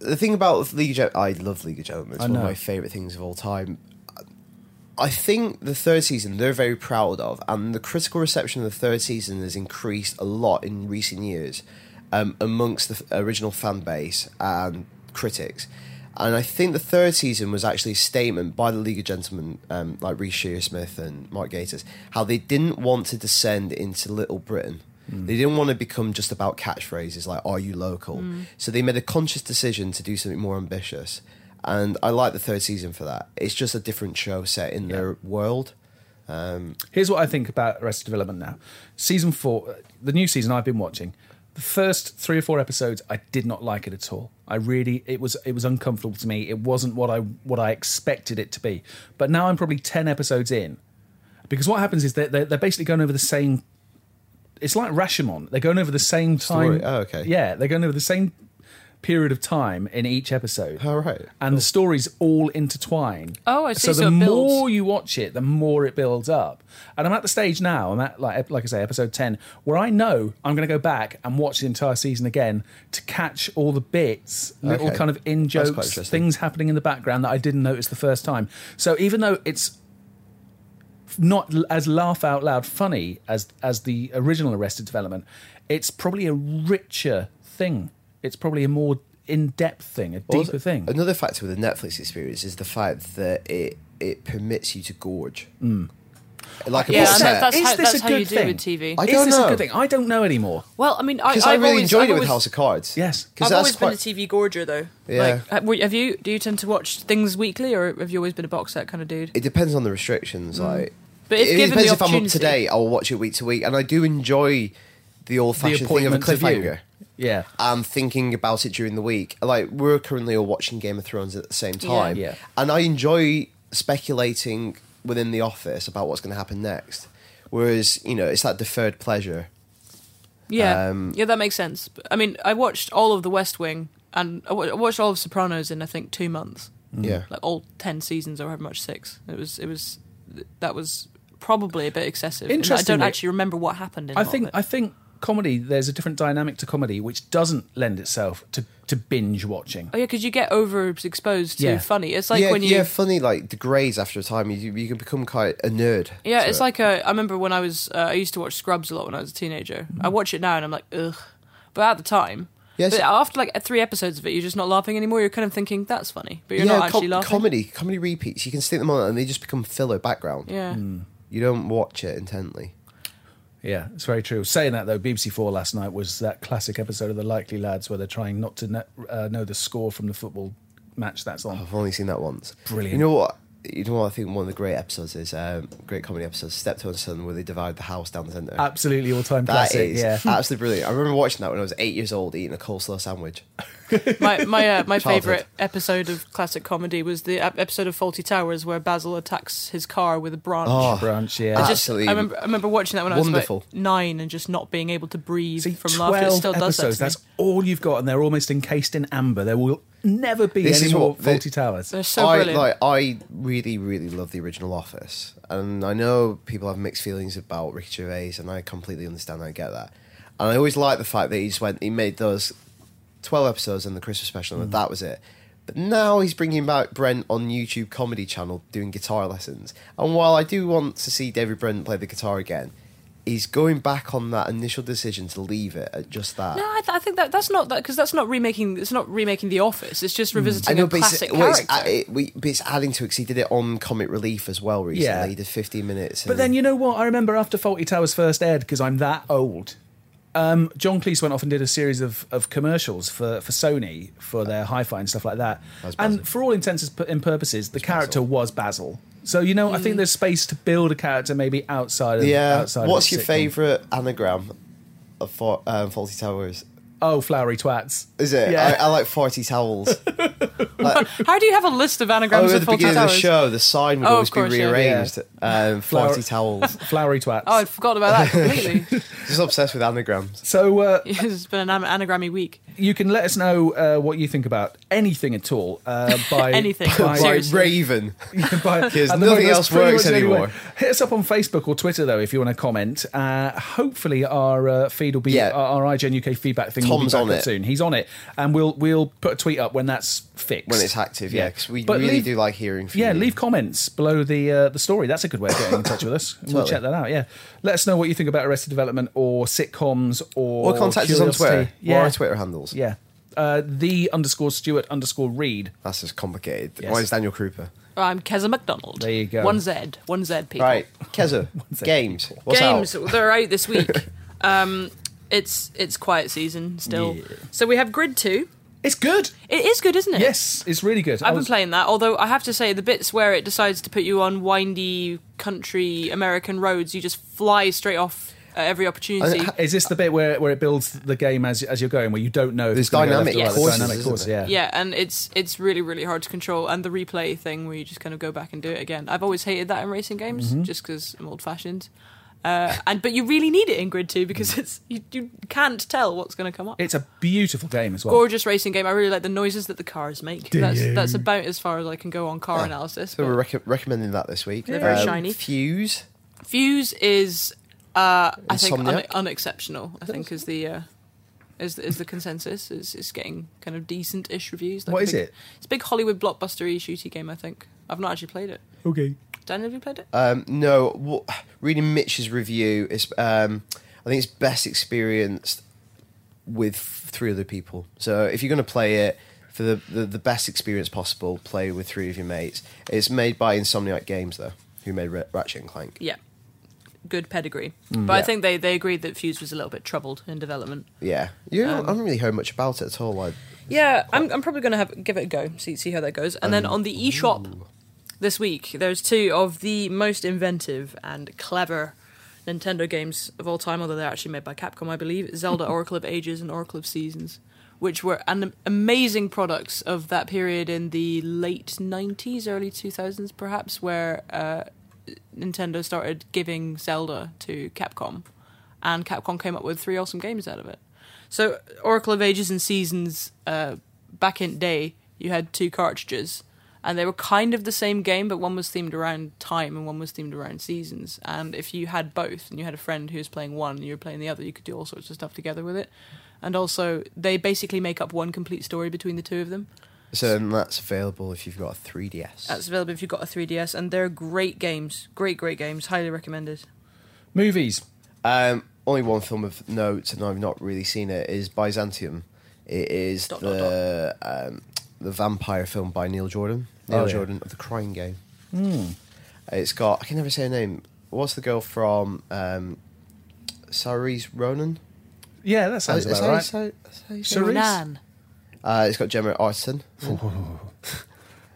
[SPEAKER 2] the thing about League of Gen- I love League of Gentlemen. It's
[SPEAKER 1] I
[SPEAKER 2] one of
[SPEAKER 1] know.
[SPEAKER 2] my favorite things of all time. I think the third season they're very proud of, and the critical reception of the third season has increased a lot in recent years um, amongst the f- original fan base and critics. And I think the third season was actually a statement by the League of Gentlemen, um, like Reece Shearsmith and Mark Gatiss, how they didn't want to descend into Little Britain. They didn't want to become just about catchphrases like "Are you local?" So they made a conscious decision to do something more ambitious and I like the third season for that. It's just a different show set in their world.
[SPEAKER 1] Here's what I think about Arrested Development now. Season four, uh, the new season I've been watching. The first three or four episodes, I did not like it at all. I really, it was it was uncomfortable to me. It wasn't what I what I expected it to be. But now I'm probably ten episodes in, because what happens is they're, they're, they're basically going over the same It's like Rashomon. They're going over the same time.
[SPEAKER 2] Story. Oh, okay.
[SPEAKER 1] Yeah, they're going over the same period of time in each episode.
[SPEAKER 2] All right.
[SPEAKER 1] And the stories all intertwine.
[SPEAKER 3] Oh, I see.
[SPEAKER 1] So the
[SPEAKER 3] So it builds.
[SPEAKER 1] more you watch it, the more it builds up. And I'm at the stage now. I'm at like like I say, episode ten, where I know I'm going to go back and watch the entire season again to catch all the bits, little
[SPEAKER 2] Okay.
[SPEAKER 1] kind of in
[SPEAKER 2] That's quite
[SPEAKER 1] jokes,
[SPEAKER 2] interesting.
[SPEAKER 1] things happening in the background that I didn't notice the first time. So even though it's not l- as laugh out loud funny as as the original Arrested Development, it's probably a richer thing. It's probably a more in depth thing, a deeper
[SPEAKER 2] Also,
[SPEAKER 1] thing.
[SPEAKER 2] Another factor with the Netflix experience is the fact that it it permits you to gorge. Like a
[SPEAKER 3] Yeah,
[SPEAKER 2] book
[SPEAKER 3] and
[SPEAKER 2] set.
[SPEAKER 3] that, that's,
[SPEAKER 1] Is
[SPEAKER 3] how,
[SPEAKER 1] this a
[SPEAKER 3] that's how you
[SPEAKER 1] good
[SPEAKER 3] do
[SPEAKER 1] thing?
[SPEAKER 3] with TV.
[SPEAKER 2] I
[SPEAKER 1] Is
[SPEAKER 2] don't
[SPEAKER 1] this
[SPEAKER 2] know.
[SPEAKER 1] a good thing? I don't know anymore.
[SPEAKER 3] well, I mean, I,
[SPEAKER 2] Because I
[SPEAKER 3] I've
[SPEAKER 2] really
[SPEAKER 3] always,
[SPEAKER 2] enjoyed
[SPEAKER 3] I've
[SPEAKER 2] it with
[SPEAKER 3] always-
[SPEAKER 2] House of Cards.
[SPEAKER 1] Yes.
[SPEAKER 2] because
[SPEAKER 3] I've
[SPEAKER 2] that's
[SPEAKER 3] always
[SPEAKER 2] quite.
[SPEAKER 3] been a TV gorger though.
[SPEAKER 2] Yeah.
[SPEAKER 3] Like, have, have you? Do you tend to watch things weekly, or have you always been a box set kind of dude?
[SPEAKER 2] it depends on the restrictions. Like,
[SPEAKER 3] But if
[SPEAKER 2] it, it
[SPEAKER 3] given the
[SPEAKER 2] depends if I'm up to
[SPEAKER 3] opportunity-
[SPEAKER 2] date, I'll watch it week to week, and I do enjoy the
[SPEAKER 1] the
[SPEAKER 2] old-fashioned thing of a
[SPEAKER 1] appointment to view.
[SPEAKER 2] cliffhanger.
[SPEAKER 1] Yeah.
[SPEAKER 2] I'm thinking about it during the week. Like we're currently all watching Game of Thrones at the same time,
[SPEAKER 1] Yeah.
[SPEAKER 2] and I enjoy speculating within the office about what's going to happen next. Whereas you know, it's that deferred pleasure.
[SPEAKER 3] Yeah,
[SPEAKER 2] Um,
[SPEAKER 3] yeah, that makes sense. But, I mean, I watched all of The West Wing, and I wa- I watched all of Sopranos in I think two months,
[SPEAKER 2] Yeah,
[SPEAKER 3] like all ten seasons or however much six. It was, it was, that was probably a bit excessive. in that I don't
[SPEAKER 1] Interestingly-
[SPEAKER 3] actually remember what happened. In
[SPEAKER 1] I
[SPEAKER 3] all of
[SPEAKER 1] think
[SPEAKER 3] it.
[SPEAKER 1] I think comedy there's a different dynamic to comedy which doesn't lend itself to, to binge watching.
[SPEAKER 3] Oh yeah, because you get overexposed to
[SPEAKER 1] Yeah.
[SPEAKER 3] funny. It's like
[SPEAKER 2] yeah,
[SPEAKER 3] when you
[SPEAKER 2] yeah, funny. Like degrades after a time, you you can become quite a nerd.
[SPEAKER 3] Yeah,
[SPEAKER 2] to
[SPEAKER 3] it's
[SPEAKER 2] it.
[SPEAKER 3] like uh, I remember when I was uh, I used to watch Scrubs a lot when I was a teenager. I watch it now and I'm like ugh, but at the time,
[SPEAKER 2] Mm-hmm. Yes.
[SPEAKER 3] but after like three episodes of it, you're just not laughing anymore. You're kind of thinking that's funny, but you're
[SPEAKER 2] yeah,
[SPEAKER 3] not
[SPEAKER 2] com-
[SPEAKER 3] actually laughing.
[SPEAKER 2] comedy, comedy repeats. You can stick them on, and they just become filler background.
[SPEAKER 3] Yeah,
[SPEAKER 2] You don't watch it intently.
[SPEAKER 1] Yeah, it's very true. Saying that though, BBC Four last night was that classic episode of The Likely Lads where they're trying not to kn- uh, know the score from the football match that's on.
[SPEAKER 2] I've only seen that once.
[SPEAKER 1] Brilliant.
[SPEAKER 2] You know what? You know what? I think one of the great episodes is um, great comedy episodes. Steptoe and Son, where they divide the house down the centre.
[SPEAKER 1] Absolutely all time
[SPEAKER 2] That
[SPEAKER 1] Ah, classic.
[SPEAKER 2] is
[SPEAKER 1] Yeah.
[SPEAKER 2] absolutely brilliant. I remember watching that when I was eight years old, eating a coleslaw sandwich.
[SPEAKER 3] my my uh, my
[SPEAKER 2] Childhood.
[SPEAKER 3] favorite episode of classic comedy was the ep- episode of Faulty Towers where Basil attacks his car with a branch.
[SPEAKER 2] Oh,
[SPEAKER 1] Brunch, yeah. Uh,
[SPEAKER 2] I
[SPEAKER 3] Just-
[SPEAKER 2] absolutely
[SPEAKER 3] I remember, I remember watching that when I
[SPEAKER 2] wonderful.
[SPEAKER 3] was about nine and just not being able to breathe
[SPEAKER 1] See,
[SPEAKER 3] from
[SPEAKER 1] 12
[SPEAKER 3] laughter. It still does
[SPEAKER 1] episodes,
[SPEAKER 3] that. To me.
[SPEAKER 1] that's all you've got and they're almost encased in amber. There will never be
[SPEAKER 2] This
[SPEAKER 1] any
[SPEAKER 2] is
[SPEAKER 1] more
[SPEAKER 2] what the-
[SPEAKER 1] faulty towers.
[SPEAKER 3] They're so
[SPEAKER 2] I
[SPEAKER 3] brilliant.
[SPEAKER 2] like. I really, really love the original Office, and I know people have mixed feelings about Ricky Gervais, and I completely understand. I get that, and I always like the fact that he just went. He made those twelve episodes and the Christmas special,
[SPEAKER 3] Mm.
[SPEAKER 2] and that was it. But now he's bringing back Brent on YouTube Comedy Channel doing guitar lessons. And while I do want to see David Brent play the guitar again, he's going back on that initial decision to leave it at just that.
[SPEAKER 3] no, I, th- I think that that's not that because that's not remaking. It's not remaking The Office. It's just revisiting
[SPEAKER 2] Hmm. I know,
[SPEAKER 3] a
[SPEAKER 2] but it's,
[SPEAKER 3] classic
[SPEAKER 2] well, it's,
[SPEAKER 3] character.
[SPEAKER 2] uh, it, we, but it's adding to it 'cause he did it on Comic Relief as well recently.
[SPEAKER 1] Yeah.
[SPEAKER 2] He did 15 minutes.
[SPEAKER 1] But then you know what? I remember after Faulty Towers first aired because I'm that old. Um, John Cleese went off and did a series of, of commercials for, for Sony for their hi-fi and stuff like that.
[SPEAKER 2] That's Basil.
[SPEAKER 1] And for all intents and purposes, the character was Basil. So you know, I
[SPEAKER 3] Mm.
[SPEAKER 1] think there's space to build a character maybe outside of
[SPEAKER 2] yeah.
[SPEAKER 1] Outside
[SPEAKER 2] What's
[SPEAKER 1] of
[SPEAKER 2] your
[SPEAKER 1] sitcom.
[SPEAKER 2] favourite anagram of Fa- um, Faulty Towers?
[SPEAKER 1] Oh, flowery twats.
[SPEAKER 2] Is it?
[SPEAKER 1] Yeah.
[SPEAKER 2] I, I like Forty Towels.
[SPEAKER 3] How do you have a list of anagrams
[SPEAKER 2] oh, at
[SPEAKER 3] of
[SPEAKER 2] the
[SPEAKER 3] faulty
[SPEAKER 2] beginning
[SPEAKER 3] towers?
[SPEAKER 2] of the show, the sign would
[SPEAKER 3] Oh, of
[SPEAKER 2] always
[SPEAKER 3] course,
[SPEAKER 2] be
[SPEAKER 3] yeah.
[SPEAKER 2] rearranged. Um,
[SPEAKER 1] Flower-
[SPEAKER 2] Forty Towels.
[SPEAKER 1] Flowery twats.
[SPEAKER 3] Oh, I'd forgotten about that completely.
[SPEAKER 2] Just obsessed with anagrams.
[SPEAKER 1] so uh,
[SPEAKER 3] it's been an an- anagrammy week.
[SPEAKER 1] you can let us know uh, what you think about anything at all uh, by
[SPEAKER 3] Anything.
[SPEAKER 1] by-
[SPEAKER 2] By
[SPEAKER 3] Seriously.
[SPEAKER 2] Raven.
[SPEAKER 1] But
[SPEAKER 2] Because
[SPEAKER 1] at the moment,
[SPEAKER 2] nothing
[SPEAKER 1] that's
[SPEAKER 2] else
[SPEAKER 1] pretty
[SPEAKER 2] works
[SPEAKER 1] much the only way.
[SPEAKER 2] anymore.
[SPEAKER 1] Hit us up on Facebook or Twitter though if you want to comment. Uh, hopefully our uh, feed will be
[SPEAKER 2] Yeah.
[SPEAKER 1] our, our IGN UK feedback thing. will be
[SPEAKER 2] Tom's
[SPEAKER 1] back
[SPEAKER 2] on
[SPEAKER 1] up
[SPEAKER 2] it.
[SPEAKER 1] soon. He's on it, and we'll we'll put a tweet up when that's fixed.
[SPEAKER 2] When it's active, yeah, because we
[SPEAKER 1] But
[SPEAKER 2] really
[SPEAKER 1] leave-
[SPEAKER 2] do like hearing from
[SPEAKER 1] Yeah,
[SPEAKER 2] you.
[SPEAKER 1] leave comments below the uh, the story. That's a good way of getting in touch with us. And We'll
[SPEAKER 2] Totally.
[SPEAKER 1] check that out. Yeah, let us know what you think about Arrested Development or sitcoms or
[SPEAKER 2] Or contact us on
[SPEAKER 1] curiosity.
[SPEAKER 2] Twitter. Yeah.
[SPEAKER 1] Yeah,
[SPEAKER 2] Or our Twitter handles.
[SPEAKER 1] yeah. Uh, the underscore Stewart underscore Reed.
[SPEAKER 2] That's just complicated.
[SPEAKER 1] Yes.
[SPEAKER 2] Mine's Daniel Krupa.
[SPEAKER 3] I'm Keza McDonald.
[SPEAKER 1] There you go.
[SPEAKER 3] One Z. One Z people.
[SPEAKER 2] Right, Keza, games. What's
[SPEAKER 3] Games.
[SPEAKER 2] out?
[SPEAKER 3] They're out this week. um, it's it's quiet season still.
[SPEAKER 1] Yeah.
[SPEAKER 3] So we have Grid Two.
[SPEAKER 1] It's good.
[SPEAKER 3] It is good, isn't it?
[SPEAKER 1] Yes, it's really good. I
[SPEAKER 3] I've been
[SPEAKER 1] was-
[SPEAKER 3] playing that, although I have to say the bits where it decides to put you on windy country American roads, you just fly straight off at every opportunity.
[SPEAKER 2] And ha-
[SPEAKER 1] Is this the bit where, where it builds the game as as you're going, where you don't know? if
[SPEAKER 2] There's
[SPEAKER 1] it's gonna go
[SPEAKER 2] dynamic
[SPEAKER 1] left or right?
[SPEAKER 3] courses,
[SPEAKER 1] dynamic
[SPEAKER 2] isn't
[SPEAKER 1] course,
[SPEAKER 2] there?
[SPEAKER 1] yeah.
[SPEAKER 3] Yeah, and it's it's really really hard to control, and the replay thing where you just kind of go back and do it again. I've always hated that in racing games, just just because I'm old fashioned. Uh, and but you really need it in Grid Two because it's you, you can't tell what's going to come up.
[SPEAKER 1] It's a beautiful game as well.
[SPEAKER 3] Gorgeous racing game. I really like the noises that the cars make.
[SPEAKER 1] Do
[SPEAKER 3] that's
[SPEAKER 1] you?
[SPEAKER 3] that's about as far as I can go on car analysis.
[SPEAKER 2] So
[SPEAKER 3] but-
[SPEAKER 2] we're rec- recommending that this week. Um,
[SPEAKER 3] They're very shiny.
[SPEAKER 2] Fuse.
[SPEAKER 3] Fuse is, uh, I think, un-
[SPEAKER 2] Insomniac?
[SPEAKER 3] unexceptional. I think is the uh, is is the consensus. Is is getting kind of decent-ish reviews.
[SPEAKER 1] What
[SPEAKER 3] What
[SPEAKER 1] is
[SPEAKER 3] is
[SPEAKER 1] it?
[SPEAKER 3] It's a big Hollywood blockbuster-y shooty game. I think I've not actually played it.
[SPEAKER 1] Okay.
[SPEAKER 3] Daniel, have you played it?
[SPEAKER 2] Um, no, what, reading Mitch's review is, um, I think it's best experienced with f- three other people. So if you're going to play it for the, the, the best experience possible, play with three of your mates. It's made by Insomniac Games, though, who made Ra- Ratchet and Clank.
[SPEAKER 3] yeah, good pedigree. but I
[SPEAKER 2] Yeah.
[SPEAKER 3] think they they agreed that Fuse was a little bit troubled in development.
[SPEAKER 2] Yeah, you know, I haven't really heard much about it at all. I,
[SPEAKER 3] Yeah, I'm, I'm probably going to have give it a go, see see how that goes. And then on the eShop this week, there's two of the most inventive and clever Nintendo games of all time, although they're actually made by Capcom, I believe. Zelda Oracle of Ages and Oracle of Seasons, which were an amazing products of that period in the late 90s, early 2000s perhaps, where uh, Nintendo started giving Zelda to Capcom, and Capcom came up with three awesome games out of it. So Oracle of Ages and Seasons, uh, back in day, you had two cartridges, and they were kind of the same game, but one was themed around time and one was themed around seasons. And if you had both, and you had a friend who was playing one, and you were playing the other, you could do all sorts of stuff together with it. And also, they basically make up one complete story between the two of them.
[SPEAKER 2] so then that's available if you've got a 3DS.
[SPEAKER 3] That's available if you've got a 3DS, and they're great games. Great, great games. Highly recommended.
[SPEAKER 1] Movies.
[SPEAKER 2] Um, only one film of note, and I've not really seen it, is Byzantium. It is
[SPEAKER 3] Dot, dot,
[SPEAKER 2] the Um, the vampire film by Neil Jordan. Neil
[SPEAKER 1] Oh, yeah. Hmm.
[SPEAKER 2] Jordan of The Crying Game. It's got I can never say her name. What's the girl from um, Saoirse Ronan?
[SPEAKER 1] Yeah, that sounds
[SPEAKER 2] Is- is
[SPEAKER 1] about
[SPEAKER 2] that-
[SPEAKER 1] right.
[SPEAKER 2] is that- is that-
[SPEAKER 1] Saoirse?
[SPEAKER 3] Nan.
[SPEAKER 2] Uh, it's got Gemma Arterton.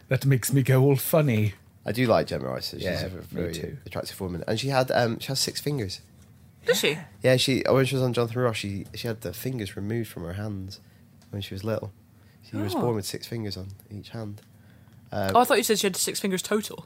[SPEAKER 1] that makes me go all funny.
[SPEAKER 2] I do like Gemma Arterton. She's
[SPEAKER 1] Yeah,
[SPEAKER 2] a
[SPEAKER 1] me
[SPEAKER 2] very
[SPEAKER 1] too.
[SPEAKER 2] attractive woman, and she had um, she has six fingers.
[SPEAKER 3] Does she?
[SPEAKER 2] Yeah, she oh, when she was on Jonathan Ross, she she had the fingers removed from her hands when she was little. She was
[SPEAKER 3] Oh.
[SPEAKER 2] born with six fingers on each hand. Uh,
[SPEAKER 3] Oh, I thought you said she had six fingers total.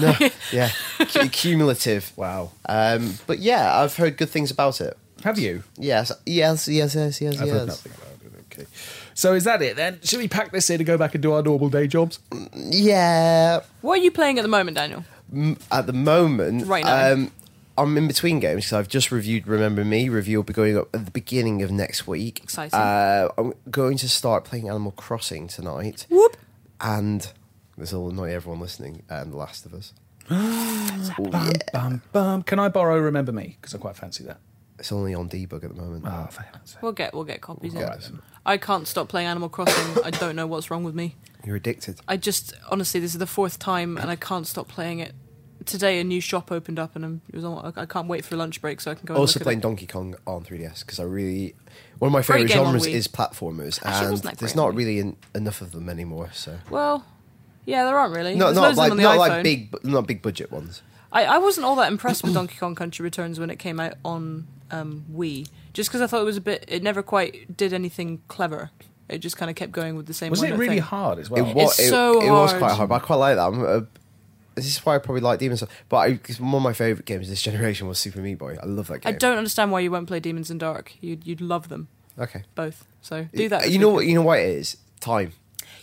[SPEAKER 2] No, yeah, cu- cumulative.
[SPEAKER 1] Wow.
[SPEAKER 2] Um, but yeah, I've heard good things about it.
[SPEAKER 1] Have you?
[SPEAKER 2] Yes, yes, yes, yes, yes,
[SPEAKER 1] I've heard
[SPEAKER 2] yes.
[SPEAKER 1] nothing about it. Okay. So is that it then? Should we pack this in and go back and do our normal day jobs?
[SPEAKER 2] Yeah.
[SPEAKER 3] What are you playing at the moment, Daniel?
[SPEAKER 2] M- At the moment,
[SPEAKER 3] Right now.
[SPEAKER 2] Um, I'm in between games because I've just reviewed Remember Me. Review will be going up at the beginning of next week.
[SPEAKER 3] Exciting.
[SPEAKER 2] Uh, I'm going to start playing Animal Crossing tonight.
[SPEAKER 3] Whoop.
[SPEAKER 2] and this will annoy everyone listening. And The Last of Us.
[SPEAKER 1] Bum, bum, bum. Can I borrow Remember Me? Because I quite fancy that.
[SPEAKER 2] It's only on debug at the moment.
[SPEAKER 1] Oh, for heaven's sake.
[SPEAKER 3] We'll get we'll get copies in.
[SPEAKER 2] Alright then.
[SPEAKER 3] I can't stop playing Animal Crossing. I don't know what's wrong with me.
[SPEAKER 2] You're addicted.
[SPEAKER 3] I just honestly this is the fourth time and I can't stop playing it. Today a new shop opened up and I'm, it was on, I can't wait for lunch break so I can go.
[SPEAKER 2] Also
[SPEAKER 3] and Oh, look
[SPEAKER 2] playing
[SPEAKER 3] At it.
[SPEAKER 2] Donkey Kong on 3DS because I really one of my favorite
[SPEAKER 3] Great game on
[SPEAKER 2] genres
[SPEAKER 3] Wii.
[SPEAKER 2] is platformers,
[SPEAKER 3] Actually, it
[SPEAKER 2] and
[SPEAKER 3] wasn't that
[SPEAKER 2] there's
[SPEAKER 3] great on
[SPEAKER 2] not
[SPEAKER 3] Wii.
[SPEAKER 2] really en- enough of them anymore. So
[SPEAKER 3] Well, yeah, there aren't really.
[SPEAKER 2] no,
[SPEAKER 3] There's
[SPEAKER 2] not
[SPEAKER 3] loads
[SPEAKER 2] like
[SPEAKER 3] of them
[SPEAKER 2] not
[SPEAKER 3] on the iPhone.
[SPEAKER 2] like big, bu- not big budget ones.
[SPEAKER 3] I, I wasn't all that impressed with Donkey Kong Country Returns when it came out on um, Wii, just because I thought it was a bit. It never quite did anything clever. It just kind of kept going with the same.
[SPEAKER 1] Was it
[SPEAKER 3] one
[SPEAKER 1] really
[SPEAKER 3] thing.
[SPEAKER 1] hard as
[SPEAKER 2] It
[SPEAKER 1] well?
[SPEAKER 2] was it,
[SPEAKER 3] so
[SPEAKER 2] it was
[SPEAKER 3] hard.
[SPEAKER 2] quite hard, but I quite like that. I'm, uh, this is why I probably like Demon's Souls. But I, 'cause one of my favorite games this generation was Super Meat Boy. I love that
[SPEAKER 3] I
[SPEAKER 2] game.
[SPEAKER 3] don't understand why you won't play Demons in Dark. You'd you'd love them
[SPEAKER 2] Okay,
[SPEAKER 3] both. So do that.
[SPEAKER 2] You know what? You know why it is time.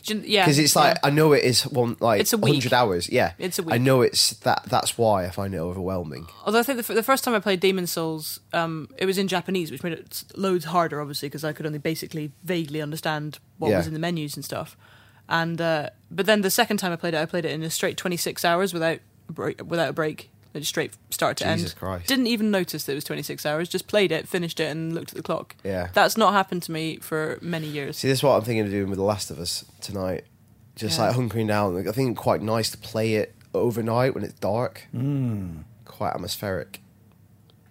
[SPEAKER 3] Gen- yeah,
[SPEAKER 2] because it's like
[SPEAKER 3] yeah.
[SPEAKER 2] I know it is one like
[SPEAKER 3] It's a week.
[SPEAKER 2] hundred hours. Yeah,
[SPEAKER 3] It's a
[SPEAKER 2] I
[SPEAKER 3] week.
[SPEAKER 2] know it's that. That's why I find it overwhelming.
[SPEAKER 3] Although I think the, f- the first time I played Demon Souls, um, it was in Japanese, which made it s- loads harder, obviously, because I could only basically vaguely understand what
[SPEAKER 2] Yeah.
[SPEAKER 3] was in the menus and stuff. And uh, but then the second time I played it, I played it in a straight twenty six hours without a break, without a break, like just straight start to
[SPEAKER 2] Jesus
[SPEAKER 3] end.
[SPEAKER 2] Christ.
[SPEAKER 3] Didn't even notice that it was twenty six hours. Just played it, finished it, and looked at the clock.
[SPEAKER 2] Yeah.
[SPEAKER 3] that's not happened to me for many years.
[SPEAKER 2] See, this is what I'm thinking of doing with The Last of Us tonight. Just
[SPEAKER 3] Yeah.
[SPEAKER 2] like hunkering down. Like, I think it's quite nice to play it overnight when it's dark. Quite atmospheric.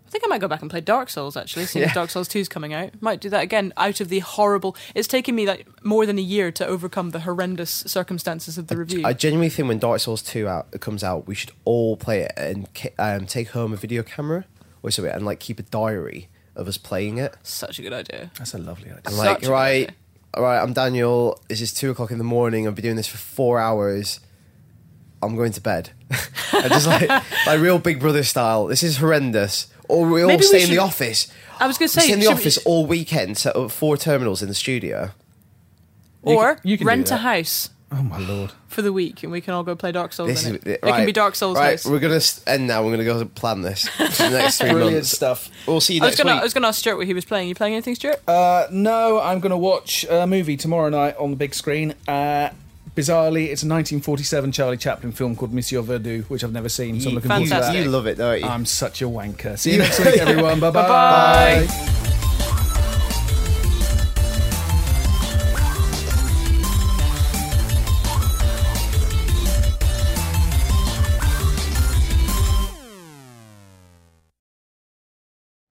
[SPEAKER 3] I think I might go back and play Dark Souls actually, seeing as
[SPEAKER 2] Yeah.
[SPEAKER 3] Dark Souls 2's coming out. Might do that again out of the horrible. It's taken me like more than a year to overcome the horrendous circumstances of the review.
[SPEAKER 2] I genuinely think when Dark Souls Two out comes out, we should all play it and ca- um, take home a video camera or something and like keep a diary of us playing it.
[SPEAKER 3] Such a good idea.
[SPEAKER 1] That's a lovely idea.
[SPEAKER 2] And
[SPEAKER 3] Such
[SPEAKER 2] like,
[SPEAKER 3] a good
[SPEAKER 2] right,
[SPEAKER 3] idea.
[SPEAKER 2] all right, I'm Daniel. This is two o'clock in the morning. I've been doing this for four hours. I'm going to bed. and just like, like real Big Brother style. This is horrendous. Or we all
[SPEAKER 3] Maybe we
[SPEAKER 2] stay in
[SPEAKER 3] should-
[SPEAKER 2] the office.
[SPEAKER 3] I was gonna
[SPEAKER 2] We stay
[SPEAKER 3] say,
[SPEAKER 2] in the
[SPEAKER 3] should we-
[SPEAKER 2] office all weekend, set up four terminals in the studio.
[SPEAKER 3] Or
[SPEAKER 1] can- you can do
[SPEAKER 3] rent a
[SPEAKER 1] that.
[SPEAKER 3] house
[SPEAKER 1] Oh my lord.
[SPEAKER 3] for the week, and we can all go play Dark Souls.
[SPEAKER 2] This
[SPEAKER 3] in
[SPEAKER 2] is
[SPEAKER 3] it.
[SPEAKER 2] right,
[SPEAKER 3] it can be Dark Souls
[SPEAKER 2] Right,
[SPEAKER 3] house.
[SPEAKER 2] we're gonna s- end now. We're gonna go plan this for the next three
[SPEAKER 1] Brilliant
[SPEAKER 2] months.
[SPEAKER 1] stuff.
[SPEAKER 2] We'll see you
[SPEAKER 3] I was
[SPEAKER 2] next
[SPEAKER 3] gonna, I
[SPEAKER 2] week.
[SPEAKER 3] was gonna ask Stuart what he was playing. You playing anything, Stuart?
[SPEAKER 1] Uh, no, I'm going to watch a movie tomorrow night on the big screen. Uh, bizarrely, it's a 1947 Charlie Chaplin film called Monsieur Verdoux, which I've never seen, so I'm looking forward to
[SPEAKER 3] Fantastic.
[SPEAKER 1] that. Ah,
[SPEAKER 2] You love it, don't you?
[SPEAKER 1] I'm such a wanker. See you next week, everyone. Bye-bye.
[SPEAKER 3] Bye.